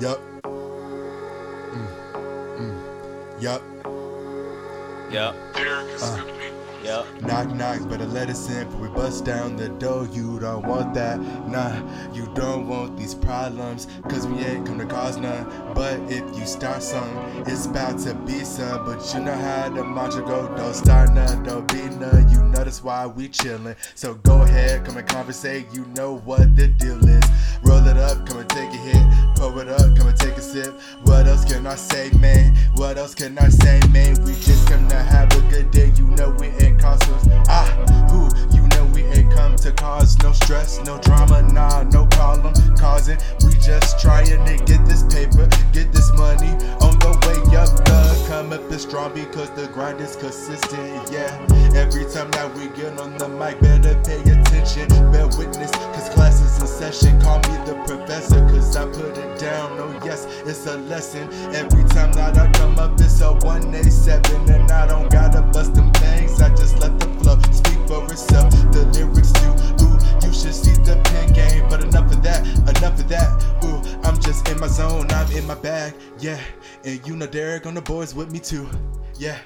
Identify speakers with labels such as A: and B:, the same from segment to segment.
A: Yup. Mm. Yup.
B: Yep.
A: Uh.
B: Yep.
A: Knock knocks, better let us in. Before we bust down the door, you don't want that. Nah, you don't want these problems. Cause we ain't come to cause none. But if you start some, it's about to be some. But you know how the mantra go. Don't start none, don't be none. You know that's why we chillin'. So go ahead, come and conversate. You know what the deal is. Roll it up, come and take a hit. Pour it up, come and take a sip. What else can I say, man? What else can I say, man? We just come to have a good day. You know we ain't consoles. Ah, who? You know we ain't come to cause no stress, no drama, nah, no problem causing. We just trying to get this paper, get this money on the way up. The come up is strong because the grind is consistent. Yeah, every time that we get on the mic, better pay attention, bear witness, cause class is in session. Call me the professor, cause I put it down. Oh, yes, it's a lesson. Every time that I come up, it's a 187, and I don't gotta bust them things. I just let the flow speak for itself. The lyrics do, ooh, you should see the pen game. But enough of that, enough of that. Ooh, I'm just in my zone, I'm in my bag. Yeah, and you know Derek on the boards with me too. Yeah.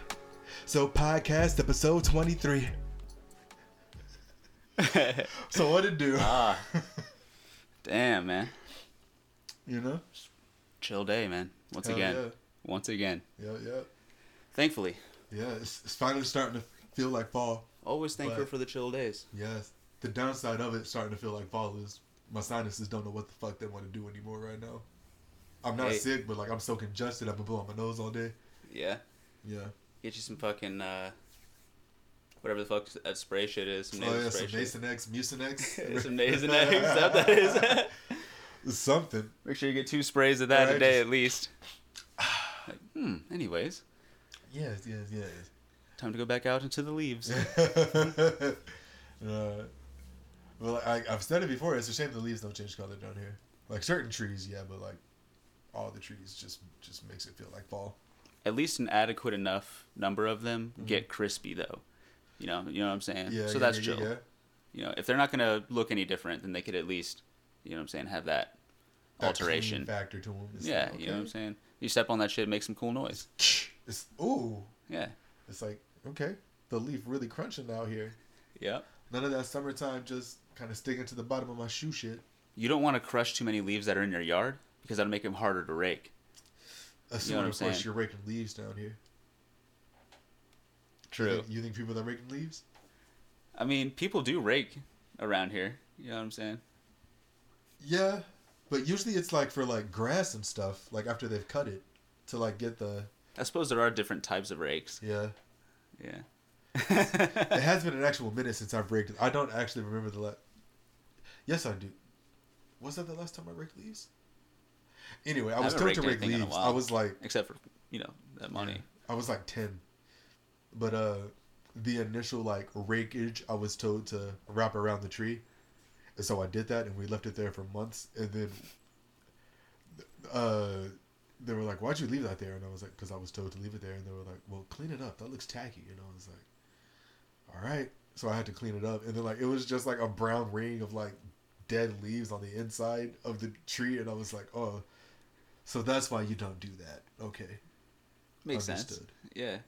A: So podcast episode 23. So what it do?
B: ah. Damn, man.
A: You know?
B: Chill day, man. Once
A: Hell
B: again.
A: yeah.
B: Once again.
A: Yeah, yeah.
B: Thankfully.
A: Yeah, it's, it's finally starting to feel like fall.
B: Always thankful
A: But-
B: for the chill days.
A: Yes. The downside of it starting to feel like fall is my sinuses don't know what the fuck they want to do anymore right now. I'm not
B: Hey.
A: sick, but like I'm so congested, I've been blowing my nose all day.
B: Yeah.
A: Yeah.
B: Get you some fucking uh whatever the fuck that spray shit is. Some nasal
A: oh yeah, some
B: spray shit.
A: Nasonex, Mucinex,
B: some Nasonex, is that what that is?
A: Something.
B: Make sure you get two sprays of that a
A: Right,
B: day
A: just-
B: at least. like, hmm. Anyways,
A: Yes, yes, yes.
B: time to go back out into the leaves.
A: Uh, well, I, I've said it before. It's a shame the leaves don't change color down here. Like certain trees, yeah, but like all the trees just just makes it feel like fall.
B: at least an adequate enough number of them get crispy though. You know, you know what I'm saying.
A: Mm-hmm. Yeah.
B: so
A: yeah,
B: that's
A: yeah,
B: chill.
A: yeah.
B: You know, if they're not gonna look any different, then they could at least, you know what I'm saying, have that,
A: That
B: alteration.
A: clean factor to them.
B: yeah, you know what I'm saying. You step on that shit, make some cool noise.
A: It's ooh.
B: Yeah.
A: It's like okay, the leaf really crunching out here.
B: Yep.
A: None of that summertime just kind of sticking to the bottom of my shoe shit.
B: You don't want to crush too many leaves that are in your yard because that'll make them harder to rake.
A: Assuming,
B: I'm
A: of course,
B: saying?
A: you're raking leaves down here. You think, you think people that are raking leaves?
B: I mean, people do rake around here. You know what I'm saying?
A: Yeah, but usually it's like for like grass and stuff. Like after they've cut it, to like get the
B: I suppose there are different types of rakes.
A: yeah.
B: Yeah.
A: it has been an actual minute since I've raked. I don't actually remember the last. Yes, I do. Was that the last time I raked leaves? Anyway, I was
B: haven't
A: told to
B: raked
A: rake
B: anything in a
A: leaves. I
B: while.
A: was like
B: Except for you know that money.
A: I was like ten, but uh, the initial like rakeage, I was told to wrap around the tree, and so I did that, and we left it there for months, and then, uh, they were like, "Why'd you leave that there?" And I was like, "Cause I was told to leave it there," and they were like, "Well, clean it up. That looks tacky," you know. I was like, "All right," so I had to clean it up, and then like it was just like a brown ring of like dead leaves on the inside of the tree, and I was like, "Oh." So that's why you don't do that. Okay.
B: Makes sense.
A: Understood.
B: Yeah.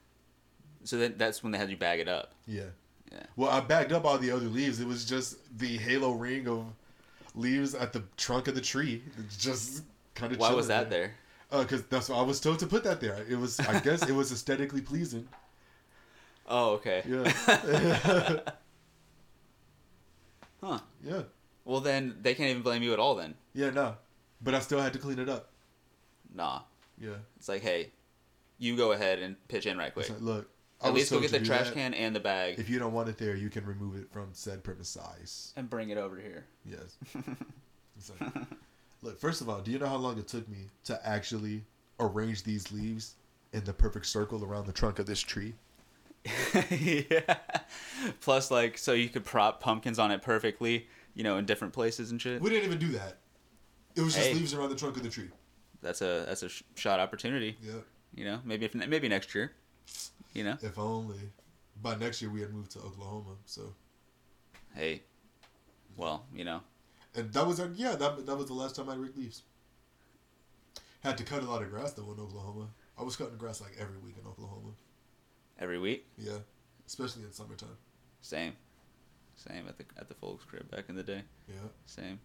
B: So then that's when they had you bag it up.
A: Yeah.
B: Yeah.
A: Well, I bagged up all the other leaves. It was just the halo ring of leaves at the trunk of the tree. It's just kind of.
B: Why was that there?
A: Because Uh, that's why I was told to put that there. It was, I guess, it was aesthetically pleasing.
B: Oh, okay.
A: Yeah.
B: Huh.
A: yeah.
B: Well, then they can't even blame you at all. Then,
A: Yeah. No. But I still had to clean it up.
B: nah.
A: Yeah.
B: It's like, hey, you go ahead and pitch in right quick.
A: It's like, look. I
B: at
A: was
B: least go
A: told
B: get
A: to
B: the
A: do
B: trash
A: that.
B: can and the bag
A: If you don't want it there, you can remove it from said premises.
B: and bring it over here.
A: Yes. It's like, look, first of all, do you know how long it took me to actually arrange these leaves in the perfect circle around the trunk of this tree?
B: yeah. Plus, like, so you could prop pumpkins on it perfectly, you know, in different places and shit.
A: We didn't even do that. It was just
B: Hey.
A: leaves around the trunk of the tree.
B: That's a that's a sh- shot opportunity.
A: Yeah.
B: You know, maybe if maybe next year. You know,
A: If only by next year we had moved to Oklahoma. So,
B: hey. Well, you know,
A: and that was our yeah that that was the last time I raked leaves. Had to cut a lot of grass though in Oklahoma. I was cutting grass like every week in Oklahoma.
B: every week.
A: Yeah, especially in summertime.
B: Same, same at the at the folks' crib back in the day.
A: Yeah.
B: Same.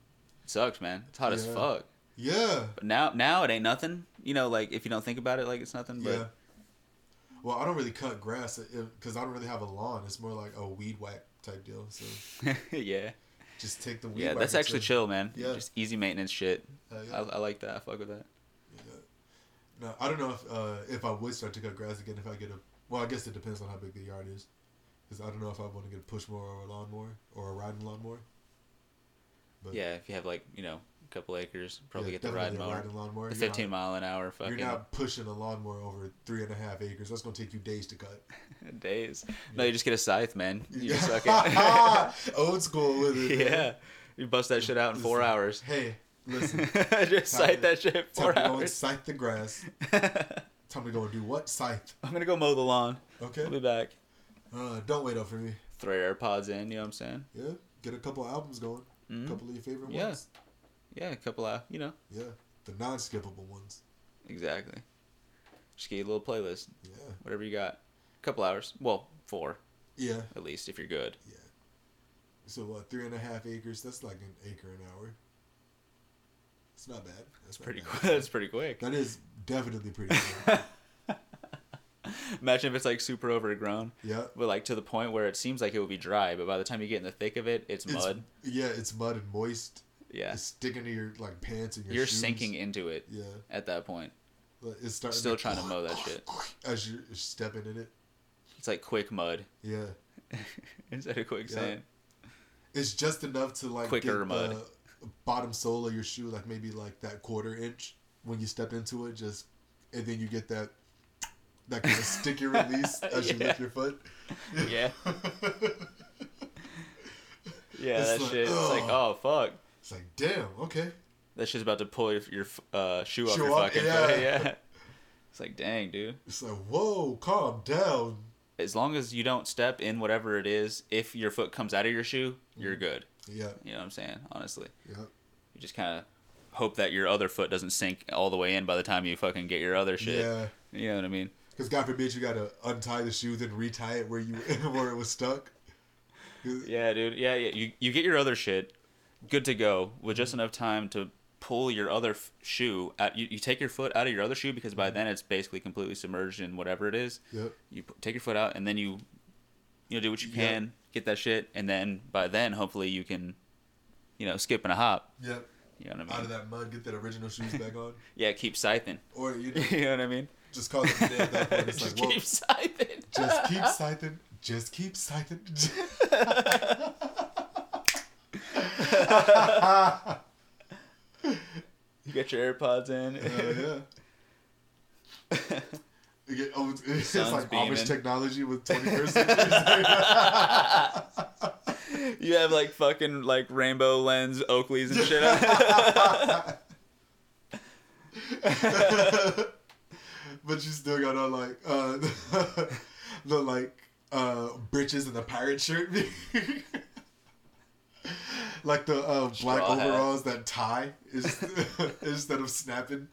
B: It sucks, man. It's hot as
A: Yeah.
B: fuck.
A: Yeah.
B: But now now it ain't nothing. You know, like if you don't think about it, like it's nothing. But
A: Yeah. Well, I don't really cut grass because I don't really have a lawn. It's more like a weed whack type deal. So
B: yeah,
A: just take the weed.
B: yeah.
A: whacker
B: That's
A: to-
B: actually chill, man.
A: Yeah.
B: Just easy maintenance shit.
A: Hell yeah.
B: I, I like that. I fuck with that.
A: Yeah. No, I don't know if uh, if I would start to cut grass again if I get a. Well, I guess it depends on how big the yard is, because I don't know if I want to get a push mower or a lawnmower or a riding lawnmower. But-
B: Yeah, if you have like you know a couple acres, probably
A: Yeah,
B: get the ride
A: definitely a
B: mower.
A: riding lawnmower.
B: The
A: You're not-
B: 15 mile an hour
A: You're
B: fucking
A: not pushing a lawnmower over three and a half acres. That's gonna take you days to cut.
B: days. No, you just get a scythe, man. You just suck it.
A: it. Old school with it. man.
B: yeah, you bust that shit out in four
A: Listen.
B: hours.
A: Hey, listen.
B: just
A: Time
B: scythe
A: to-
B: that shit
A: Tell
B: four
A: me to go and
B: hours.
A: scythe the grass. Tell me to go and do what? Scythe.
B: I'm gonna go mow the lawn.
A: Okay.
B: I'll be back.
A: Uh, don't wait up for me.
B: Throw your AirPods in. You know what I'm saying?
A: Yeah. Get a couple albums going.
B: Mhm.
A: couple of your favorite
B: Yeah.
A: ones.
B: Yeah, a couple of you know
A: Yeah. The non-skippable ones.
B: exactly. Just get a little playlist,
A: Yeah.
B: whatever you got. A couple hours. Well, four
A: Yeah.
B: at least if you're good.
A: Yeah. So what? Three and a half acres. That's like an acre an hour. It's not bad. That's not
B: Pretty
A: bad.
B: quick. That's pretty quick.
A: That is definitely pretty. good.
B: Imagine if it's like super overgrown.
A: yeah.
B: But like to the point where it seems like it would be dry, but by the time you get in the thick of it, it's,
A: It's-
B: mud.
A: Yeah, it's mud and moist.
B: Yeah,
A: It's sticking to your like pants and your.
B: you're
A: shoes.
B: sinking into it
A: Yeah.
B: at that point.
A: Like, It's starting.
B: Still trying to mow that shit.
A: As you're stepping in it.
B: It's like quick mud
A: Yeah.
B: instead of quicksand.
A: It's just enough to like
B: Quicker
A: get
B: mud.
A: the bottom sole of your shoe, like maybe like that quarter inch when you step into it, just and then you get that that kind of sticky release as you
B: Yeah.
A: lift your foot.
B: Yeah, yeah,
A: It's
B: that
A: like,
B: shit. It's like oh fuck,
A: it's like damn, okay.
B: that shit's about to pull your your uh, shoe off
A: Shoe
B: your
A: off,
B: fucking
A: yeah.
B: foot. Yeah, it's like dang, dude.
A: It's like whoa, calm down.
B: As long as you don't step in whatever it is, if your foot comes out of your shoe, you're
A: Mm-hmm.
B: good.
A: Yeah,
B: You know what I'm saying? Honestly,
A: yeah,
B: you just kind of hope that your other foot doesn't sink all the way in by the time you fucking get your other shit.
A: yeah.
B: You know what I mean?
A: Because God forbid you gotta untie the shoe then retie it where you where it was stuck.
B: Yeah, dude. Yeah, yeah. You you get your other shit, good to go, with just
A: Mm-hmm.
B: enough time to pull your other f- shoe out. You, you take your foot out of your other shoe because by then it's basically completely submerged in whatever it is.
A: Mm-hmm. Yep.
B: You p- take your foot out and then you, you know, do what you
A: Yeah.
B: can, get that shit, and then by then hopefully you can, you know, skip and a hop.
A: Yep.
B: You know what I
A: Out
B: mean?
A: of that mud, get that original shoes back on,
B: Yeah, keep scything.
A: or you know,
B: you know what I mean?
A: just call it a day at that point. It's
B: Just
A: like, whoa,
B: keep scything.
A: Just keep scything. Just keep scything.
B: You get your AirPods in.
A: Hell
B: Oh,
A: yeah. You get- oh, it's- it's
B: Sun's
A: like
B: beaming.
A: Amish technology with 21st century.
B: You have like fucking like rainbow lens Oakleys and shit. on.
A: but you still got on like uh, the like uh, britches and the pirate shirt. like the uh, black
B: Straw hat.
A: overalls that tie is, instead of snapping.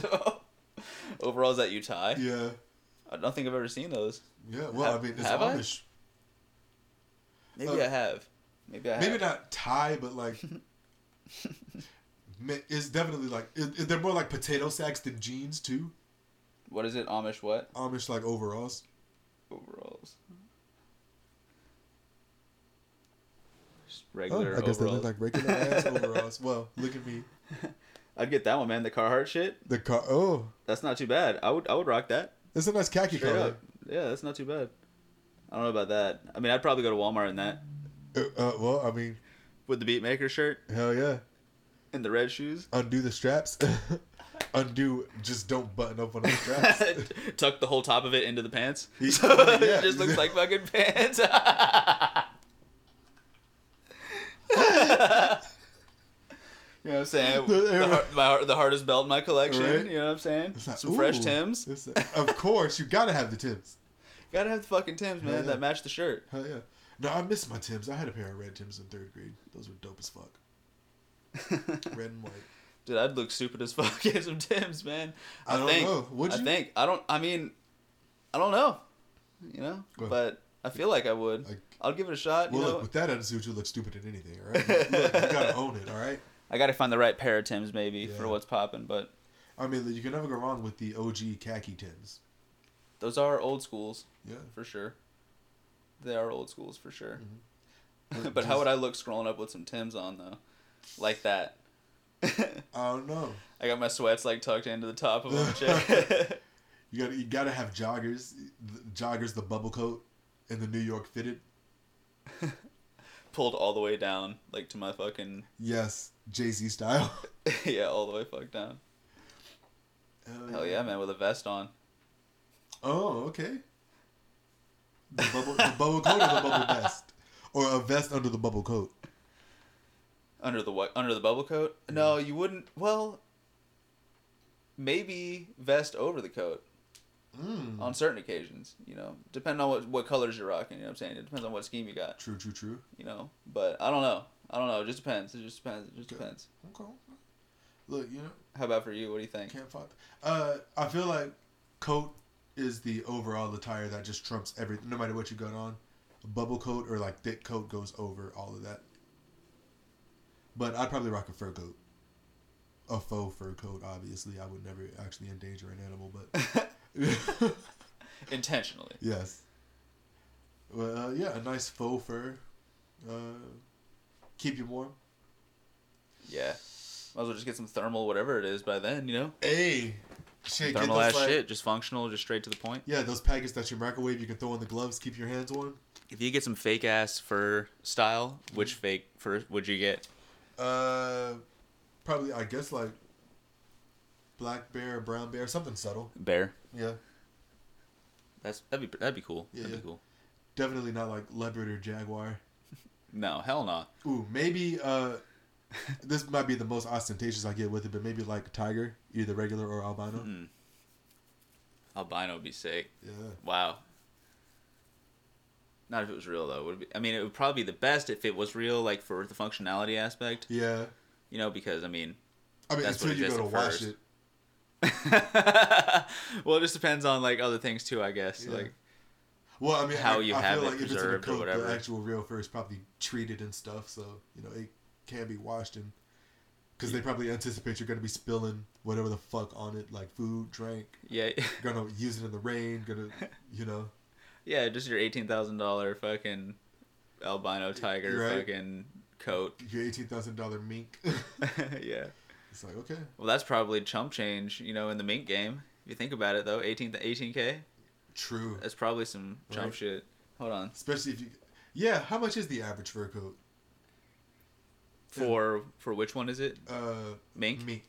B: so, overalls that you tie.
A: Yeah.
B: I don't think I've ever seen those.
A: Yeah. Well,
B: Have-
A: I mean, it's
B: have I?
A: Amish.
B: Maybe
A: Uh,
B: I have. Maybe I have.
A: maybe not tie, but like ma- it's definitely like it, it- they're more like potato sacks than jeans too.
B: What is it? Amish what?
A: Amish like overalls.
B: Overalls. Just regular
A: Oh,
B: overalls.
A: regular ass overalls. Well, look at me.
B: I'd get that one, man. The Carhartt shit.
A: The car. Oh,
B: That's not too bad. I would I would rock that.
A: that's a nice khaki
B: Straight
A: color.
B: up. Yeah, that's not too bad. I don't know about that. I mean, I'd probably go to Walmart in that
A: Uh, uh, well, I mean,
B: with the Beatmaker shirt
A: hell yeah.
B: and the red shoes.
A: Undo the straps. Undo. Just don't button up on the straps.
B: Tuck the whole top of it into the pants.
A: Yeah.
B: So it just looks like fucking pants. You know what I'm saying? The, har- my, har- the hardest belt in my collection.
A: Right.
B: You know what I'm saying?
A: It's like,
B: Some fresh
A: ooh,
B: Tims.
A: it's like- of course, you gotta have the Tims.
B: Gotta have the fucking Tims, man,
A: Yeah.
B: that match the shirt.
A: Hell yeah. No, I miss my Tims. I had a pair of red Tims in third grade. Those were dope as fuck. Red and white.
B: Dude, I'd look stupid as fuck in some Tim's, man. I,
A: I don't
B: think,
A: know. Would
B: I
A: you?
B: think. I don't. I mean, I don't know. You know,
A: Well,
B: but I feel like I would.
A: like-
B: I'll give it a shot.
A: Well,
B: you know,
A: look, with that attitude, you look stupid at anything, all right? Look, you gotta own it, all right?
B: I got to find the right pair of Tim's maybe
A: Yeah.
B: for what's popping. But
A: I mean, you can never go wrong with the OG khaki tins.
B: those are old schools
A: Yeah.
B: for sure. They are old schools for sure.
A: But
B: but how
A: Mm-hmm. just-
B: would I look scrolling up with some Tim's on though, like that? I
A: I don't know.
B: got my sweats like tucked into the top of my check.
A: You gotta you gotta have joggers, the, joggers, the bubble coat, and the New York fitted.
B: pulled all the way down, like to my fucking
A: Yes, Jay Z style.
B: yeah, all the way fucked down. Hell yeah, man, with a vest on.
A: Oh, okay. The bubble, the bubble coat or the bubble vest, or a vest under the bubble coat.
B: Under the what? Under the bubble coat? No, you wouldn't. Well, maybe vest over the coat
A: Mm.
B: on certain occasions. You know, depending on what what colors you're rocking. You know what I'm saying? It depends on what scheme you got.
A: True, true, true.
B: You know, but I don't know. I don't know. It just depends. It just depends. It just
A: Okay.
B: depends.
A: Okay. Look, you know,
B: How about for you? What do you think?
A: can't fight. Uh, I feel like coat is the overall attire that just trumps everything, no matter what you got on. A bubble coat or like thick coat goes over all of that. But I'd probably rock a fur coat. A faux fur coat, obviously. I would never actually endanger an animal, but
B: Intentionally.
A: yes. Well, uh, yeah, a nice faux fur. Uh, keep you warm.
B: Yeah. Might as well just get some thermal, whatever it is, by then. You know,
A: Hey, shit, get
B: thermal
A: those,
B: ass
A: like-
B: shit, just functional, just straight to the point.
A: Yeah, those packets that you microwave, you can throw in the gloves, keep your hands warm.
B: If you get some fake ass fur style, which
A: Mm-hmm.
B: fake fur would you get?
A: Uh, probably I guess like black bear, brown bear, something subtle.
B: Bear.
A: Yeah,
B: That's that'd be that'd be cool.
A: Yeah,
B: that'd
A: yeah.
B: be cool.
A: definitely not like leopard or jaguar.
B: No, hell no.
A: Ooh, maybe uh, this might be the most ostentatious I get with it, but maybe like tiger, either regular or albino.
B: Hmm. Albino would be sick.
A: Yeah,
B: Wow. Not if it was real though. Would it be, I mean, it would probably be the best if it was real, like for the functionality aspect.
A: yeah.
B: You know, because I mean,
A: I mean,
B: That's what
A: until you go to
B: existed
A: wash
B: first.
A: it.
B: well, it just depends on like other things too, I guess.
A: Yeah.
B: Like,
A: Well, I mean,
B: How
A: I,
B: you
A: I
B: have
A: feel
B: it
A: like if it's in a
B: preserved or
A: coat,
B: whatever.
A: the actual real fur is probably treated and stuff, so you know it can be washed and because they probably anticipate you're gonna be spilling whatever the fuck on it, like food, drink.
B: yeah,
A: gonna use it in the rain. Gonna, you know,
B: yeah, just your eighteen thousand dollar fucking albino tiger
A: Right.
B: fucking coat.
A: your eighteen thousand dollar mink.
B: yeah.
A: it's like okay,
B: Well, that's probably chump change, you know, in the mink game. If you think about it though, 18 to 18k,
A: true.
B: that's probably some chump
A: Right.
B: shit. Hold on.
A: Especially if you, yeah. How much is the average fur coat?
B: For for which one is it?
A: Uh,
B: Mink?
A: Mink.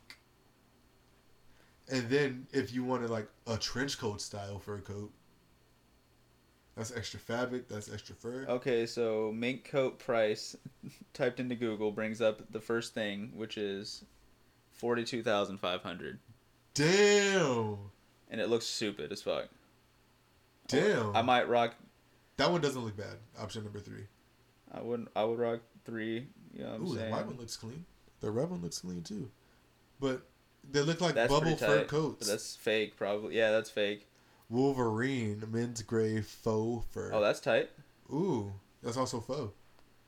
A: And then if you wanted like a trench coat style fur coat, that's extra fabric. That's extra fur.
B: Okay, so mink coat price typed into Google brings up the first thing, which is 42,500
A: Damn,
B: and it looks stupid as fuck.
A: damn.
B: I might rock
A: that one doesn't look bad. Option number three.
B: I wouldn't I would rock 3, you know what I'm
A: Ooh, the
B: saying?
A: white one looks clean. The red one looks clean too, but they look like
B: that's
A: bubble
B: pretty
A: fur
B: tight.
A: coats.
B: But that's fake probably. Yeah, that's fake.
A: Wolverine men's gray faux fur.
B: Oh, that's tight.
A: Ooh, that's also faux.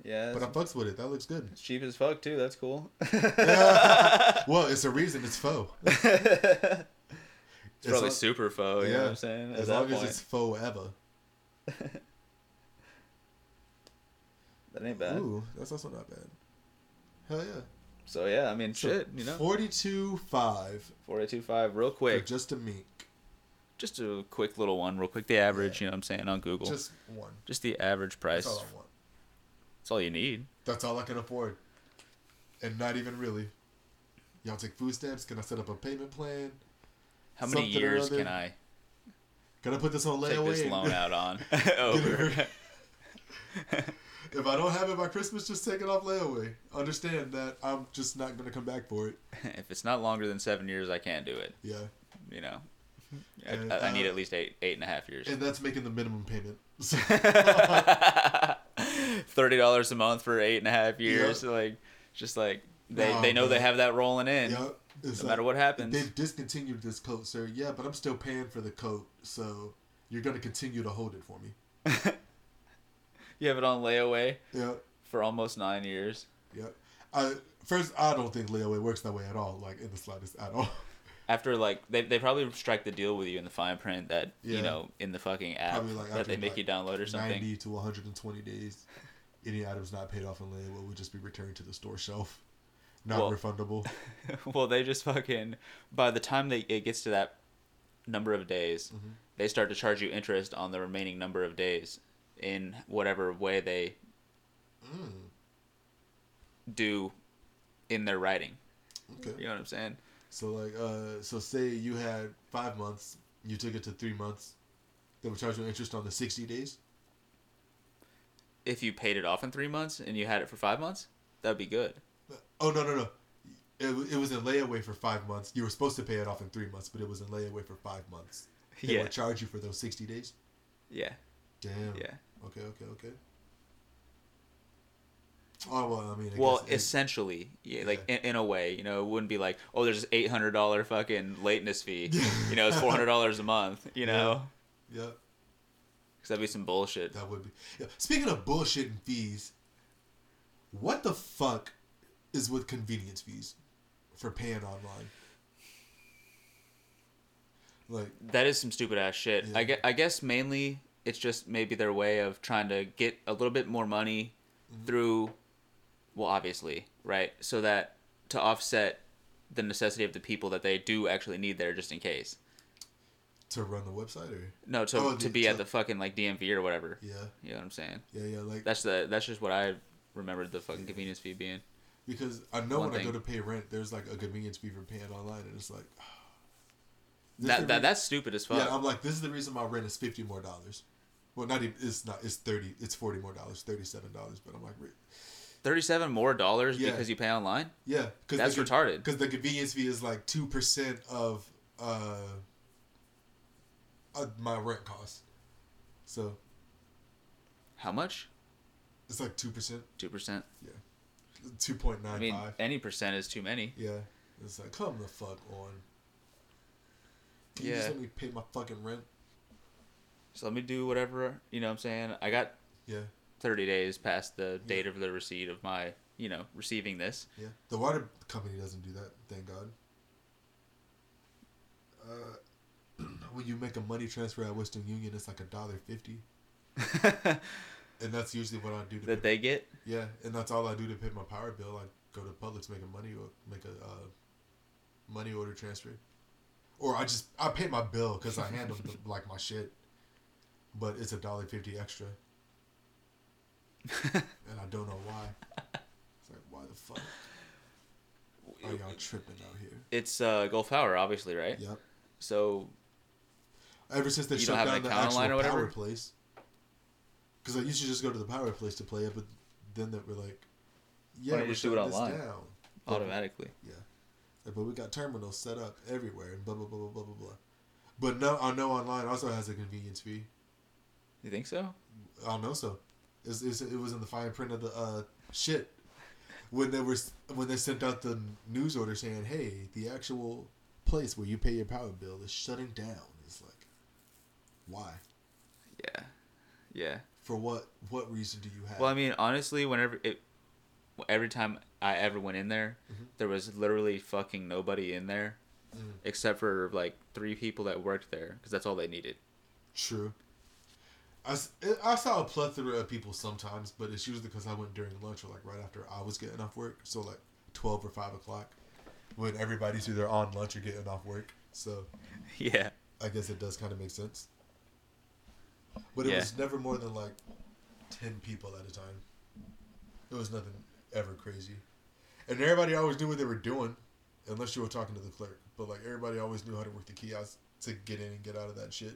B: Yeah.
A: But I
B: That's,
A: fucks with it. That looks good.
B: it's cheap as fuck too. That's cool.
A: Well, it's a reason it's faux.
B: it's
A: As
B: probably
A: long-
B: super faux. You know what I'm saying? At
A: As
B: that
A: long
B: point,
A: as it's faux ever.
B: that ain't bad.
A: Ooh, that's also not bad. Hell yeah.
B: So yeah, I mean,
A: So,
B: shit, you know,
A: 42.5
B: four eight two five, real
A: for
B: quick.
A: just a mink.
B: Just a quick little one, real quick. The average, you know, what I'm saying on Google, just,
A: Just one.
B: the average price.
A: That's all I want.
B: That's all you need.
A: That's all I can afford. And not even really. Y'all take food stamps? Can I set up a payment plan?
B: How many
A: Something or
B: years
A: other.
B: can I
A: Can I put this on
B: take
A: layaway?
B: this
A: and-
B: loan out on? Over.
A: If I don't have it by Christmas, just take it off layaway. Understand that I'm just not gonna come back for it.
B: if it's not longer than seven years, I can't do it.
A: Yeah,
B: You know, I,
A: And,
B: I- I need
A: uh,
B: at least eight eight and a half years.
A: and that's making the minimum payment. So,
B: Thirty dollars a month for eight and a half years. Like, just like They
A: Nah,
B: they know
A: man.
B: they have that rolling in.
A: Yep. It's
B: No matter what happens.
A: They've discontinued this coat, sir. Yeah, but I'm still paying for the coat, so you're gonna continue to hold it for me.
B: You have it on layaway
A: Yep.
B: for almost nine years.
A: Yep. I, first, I don't think layaway works that way at all. Like in the slightest at all.
B: After like they, they probably strike the deal with you in the fine print that
A: Yeah.
B: you know in the fucking app
A: Probably, like,
B: that
A: after,
B: they make
A: like,
B: you download or something.
A: Ninety to 120 days. Any items not paid off in layaway will just be returned to the store shelf, not
B: Well-
A: refundable.
B: well, they just fucking by the time they it gets to that number of days,
A: Mm-hmm.
B: they start to charge you interest on the remaining number of days in whatever way they
A: Mm.
B: do in their writing.
A: Okay.
B: You know what I'm saying?
A: So like, uh, so say you had five months, you took it to three months. They would charge you interest on the 60 days.
B: If you paid it off in three months and you had it for five months, that'd be good.
A: Oh no no no. It, wa- it was in layaway for five months. You were supposed to pay it off in three months, but it was in layaway for five months. They
B: Yeah.
A: would charge you for those sixty days.
B: Yeah,
A: Damn.
B: yeah.
A: Okay. Okay. Okay. Oh well, I mean. I
B: Well,
A: guess it-
B: essentially, yeah, like in, in a way, you know, it wouldn't be like, oh, there's this eight hundred dollar fucking lateness fee. you know, it's four hundred dollars a month. You know,
A: yeah,
B: because that'd be some bullshit.
A: that would be. Yeah. Speaking of bullshit and fees, what the fuck is with convenience fees for paying online? Like,
B: That is some stupid ass shit. I,
A: Yeah.
B: gue- I guess mainly it's just maybe their way of trying to get a little bit more money
A: Mm-hmm.
B: through, well, obviously, right? So that to offset the necessity of the people that they do actually need there just in case.
A: to run the website or
B: No, to,
A: Oh,
B: to
A: the-
B: be
A: to-
B: at the fucking like DMV or whatever.
A: yeah,
B: You know what I'm saying?
A: yeah, yeah. Like
B: That's the that's just what I remembered the fucking convenience fee being.
A: Because I know
B: One
A: when I go
B: thing.
A: to pay rent, there's like a convenience fee for paying online, and it's like This is the
B: That, that
A: reason-
B: that's stupid as fuck.
A: yeah, um, I'm like, this is the reason my rent is fifty more dollars. Well, not even it's not it's thirty, it's forty more dollars, thirty seven dollars. But I'm like, re-
B: Thirty seven more dollars
A: Yeah.
B: because you pay online.
A: yeah, cause
B: That's retarded.
A: Because the convenience fee is like two percent of uh, uh my rent cost, so
B: How much?
A: it's like two percent,
B: Two percent.
A: two point nine
B: I
A: five.
B: mean, any percent is too many.
A: Yeah. It's like, come the fuck on. Can you
B: Yeah.
A: just let me pay my fucking rent?
B: So let me do whatever, you know what I'm saying? I got
A: Yeah.
B: 30 days past the date of the receipt of my, you know, receiving this.
A: Yeah. The water company doesn't do that, thank God. Uh, when you make a money transfer at Western Union, it's like a dollar fifty, and that's usually what I do. To
B: that
A: pay,
B: they get.
A: yeah, and that's all I do to pay my power bill. I go to Publix, make a money or make a uh, money order transfer, or I just I pay my bill because I handle the, like my shit, but it's a dollar fifty extra, and I don't know why. It's like why the fuck are y'all tripping out here?
B: It's uh, Gulf Power, obviously, right?
A: Yep.
B: So,
A: Ever since they
B: You don't
A: shut
B: have an
A: down the
B: account
A: actual
B: online or whatever?
A: power place, because I used to just go to the power place to play it, but then that we're like, yeah,
B: don't you
A: we're
B: just do it
A: shutting this
B: online?
A: down.
B: automatically.
A: Yeah, Like, but we got terminals set up everywhere and blah blah blah blah blah blah. blah. But no, I know online also has a convenience fee.
B: You think so?
A: I know so. It's, it's, it was in the fine print of the uh, shit when they were when they sent out the news order saying, "Hey, the actual place where you pay your power bill is shutting down." It's like, why?
B: Yeah. Yeah.
A: For what? What reason do you have?
B: Well, I mean, honestly, whenever it, every time I ever went in there, there was literally fucking nobody in there except for like three people that worked there because that's all they needed.
A: True. I, s- I saw a plethora of people sometimes, but it's usually because I went during lunch or like right after I was getting off work. So like twelve or five o'clock, when everybody's either on lunch or getting off work. So
B: Yeah.
A: I guess it does kind of make sense. But it
B: Yeah.
A: was never more than like ten people at a time. It was nothing ever crazy, and everybody always knew what they were doing, unless you were talking to the clerk. But like everybody always knew how to work the kiosk to get in and get out of that shit.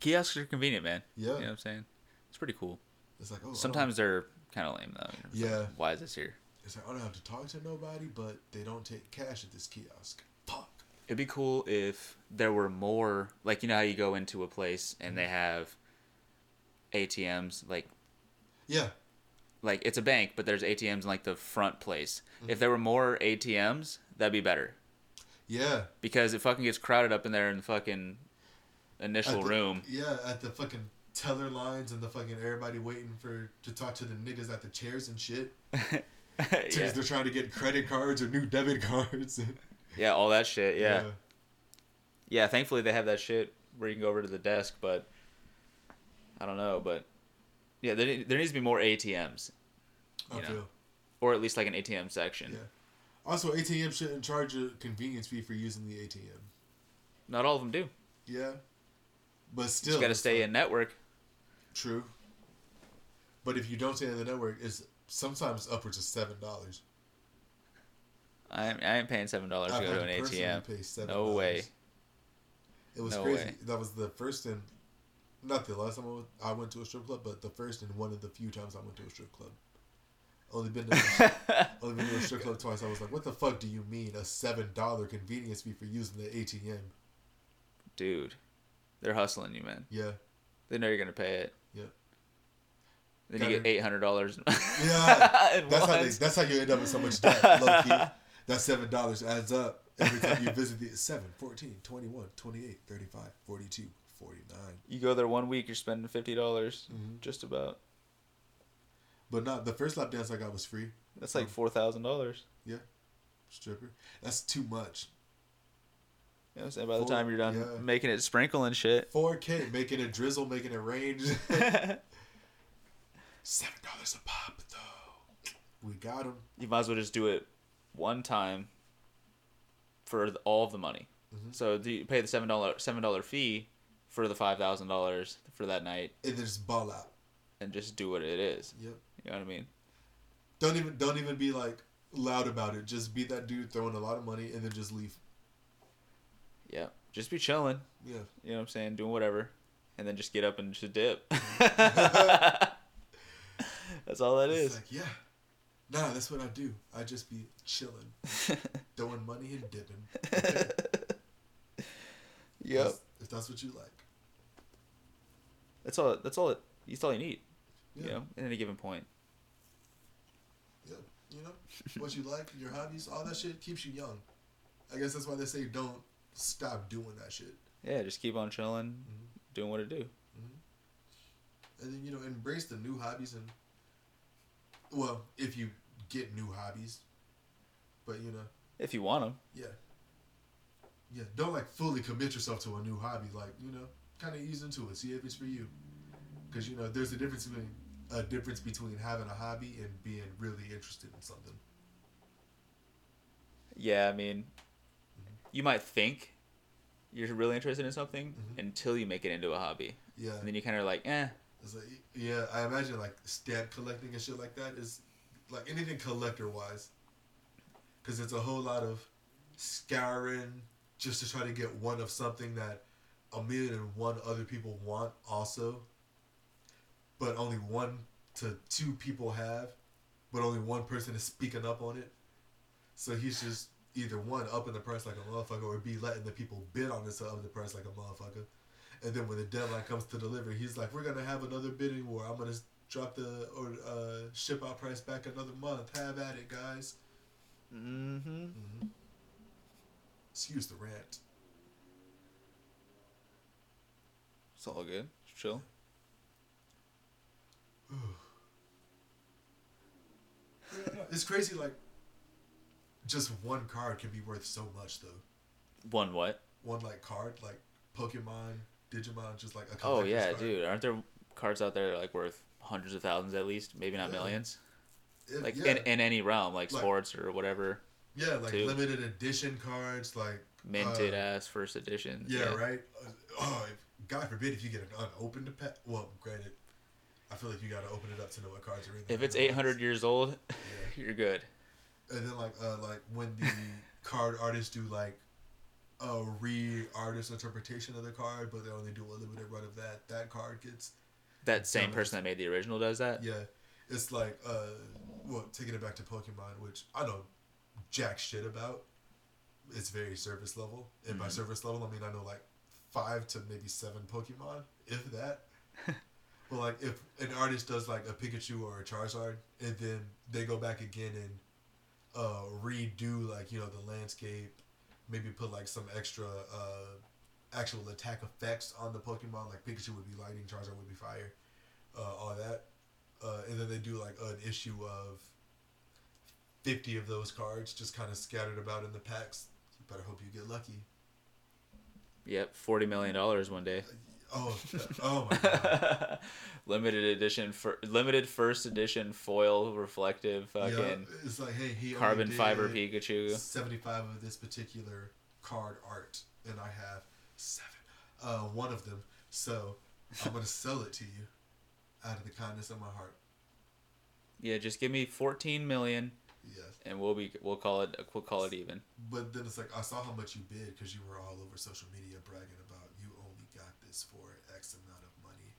B: Kiosks are convenient, man.
A: Yeah.
B: You know what I'm saying? It's pretty cool.
A: It's like oh, I don't-
B: Sometimes they're kind of lame though. You know, it's like,
A: Yeah.
B: Why is this here?
A: It's like, I don't have to talk to nobody, but they don't take cash at this kiosk. Fuck.
B: It'd be cool if there were more. Like you know how you go into a place and they have ATMs, like
A: Yeah.
B: like it's a bank, but there's ATMs in like the front place.
A: Mm-hmm.
B: If there were more ATMs, that'd be better
A: Yeah.
B: because it fucking gets crowded up in there in the fucking
A: At
B: initial
A: the-
B: room.
A: Yeah, at the fucking teller lines and the fucking everybody waiting for to talk to the niggas at the chairs and shit. Because
B: yeah.
A: they're trying to get credit cards or new debit cards.
B: yeah, all that shit. Yeah. yeah, Thankfully they have that shit where you can go over to the desk, but I don't know. But yeah, there, there needs to be more ATMs
A: I
B: You know.
A: feel.
B: or at least like an ATM section.
A: Yeah. Also, ATM shouldn't charge a convenience fee for using the ATM.
B: Not all of them do.
A: Yeah. But
B: You
A: still,
B: just got to stay in network.
A: True. But if you don't stay in the network, it's sometimes upwards of seven dollars.
B: I ain't, I ain't paying seven dollars to go to an ATM. No way.
A: It was
B: No
A: crazy.
B: way.
A: That was the first and not the last time I went- I went to a strip club, but the first and one of the few times I went to a strip club. Only been to only been to a strip club twice. I was like, "What the fuck do you mean a seven dollar convenience fee for using the ATM?"
B: Dude, they're hustling you, man.
A: Yeah,
B: They know you're gonna pay it.
A: yeah,
B: Then
A: Gotta-
B: you get eight hundred dollars.
A: yeah.
B: At
A: that's how they,
B: once.
A: that's how you end up with so much debt. Low key, that seven dollars adds up every time you visit the 7, 14, 21, 28, 35, 42, 49.
B: You go there one week, you're spending fifty dollars,
A: Mm-hmm.
B: just about.
A: But not the first lap dance I got was free.
B: That's like four thousand dollars.
A: Yeah, stripper. That's too much.
B: You know what I'm saying? By the
A: Four-
B: time you're done
A: yeah.
B: making it sprinkle and shit.
A: 4K, making it drizzle, making it rain. Seven dollars a pop, though. We got him.
B: you might as well just do it one time for th- all of the money.
A: Mm-hmm.
B: So do you pay the seven dollar seven dollar fee for the five thousand dollars for that night,
A: And then just ball out.
B: and just do what it is.
A: Yep.
B: You know what I mean?
A: Don't even don't even be like loud about it. Just be that dude throwing a lot of money and then just leave.
B: Yeah. Just be chilling.
A: Yeah.
B: You know what I'm saying? Doing whatever, and then just get up and just dip. That's all that is.
A: It's like yeah. Nah, that's what I do. I just be chilling, throwing money and dipping.
B: Yep.
A: If that's what you like.
B: That's all. That's all. It, that's all you need.
A: Yeah.
B: You know, at any given point.
A: Yeah, you know, what you like, your hobbies, all that shit keeps you young. I guess that's why they say don't stop doing that shit.
B: Yeah. Just keep on chilling, doing what it do.
A: And then, you know, embrace the new hobbies and, well, if you get new hobbies. But, you know,
B: If you want them.
A: yeah. Yeah, don't like fully commit yourself to a new hobby. Like, you know, kind of ease into it, see if it's for you. Because, you know, there's a difference between. A difference between having a hobby and being really interested in something.
B: Yeah, I mean, you might think you're really interested in something until you make it into a hobby,
A: Yeah.
B: and then you kind of like, eh,
A: It's like, yeah, I imagine like stamp collecting and shit like that is like anything collector wise, because it's a whole lot of scouring just to try to get one of something that a million and one other people want also, but only one to two people have, but only one person is speaking up on it. So he's just either one upping the price like a motherfucker, or be letting the people bid on it to up the price like a motherfucker. And then when the deadline comes to deliver, he's like, "We're gonna have another bidding war. I'm gonna s- drop the or uh, ship out price back another month. Have at it, guys."
B: mm-hmm.
A: Excuse the rant.
B: it's all good, Just chill.
A: It's crazy, like just one card can be worth so much though.
B: One what?
A: One like card, like Pokemon, Digimon, just like a
B: Oh
A: collector's
B: yeah,
A: card.
B: dude, aren't there cards out there like worth hundreds of thousands at least, maybe not
A: Yeah.
B: millions?
A: If-
B: Like
A: yeah,
B: in, in any realm, like,
A: Like-
B: sports or whatever,
A: yeah, like
B: two.
A: limited edition cards, like
B: minted
A: uh,
B: ass first edition.
A: Yeah, right. Uh, Oh, if, God forbid if you get an unopened pack. Well, granted, I feel like you gotta open it up to know what cards are in there.
B: If it's 800 years old,
A: Yeah.
B: you're good.
A: and then like uh, like when the card artists do like a re-artist interpretation of the card, but they only do a limited run of that. That card gets
B: That same
A: Dumbass.
B: person that made the original does that.
A: yeah. It's like uh, well, taking it back to Pokemon, which I know jack shit about. It's very service level, and by service level I mean I know like five to maybe seven Pokemon, if that. But like if an artist does like a Pikachu or a Charizard, and then they go back again and uh, redo like you know the landscape, maybe put like some extra uh, actual attack effects on the Pokemon. Like Pikachu would be lightning, Charizard would be fire, uh, all that. Uh, and then they do like an issue of fifty of those cards, just kind of scattered about in the packs. You better hope you get lucky.
B: Yep, forty million dollars one day.
A: Oh, oh my god.
B: limited edition, for, limited first edition foil reflective fucking
A: Yeah, it's like hey, he only
B: carbon fiber
A: did
B: Pikachu.
A: 75 of this particular card art, and I have seven, uh, one of them. So I'm gonna sell it to you out of the kindness of my heart.
B: Yeah, just give me fourteen million,
A: Yes,
B: and we'll be we'll call it we'll call it even.
A: but then it's like I saw how much you bid because you were all over social media bragging about you only got this for X amount of money.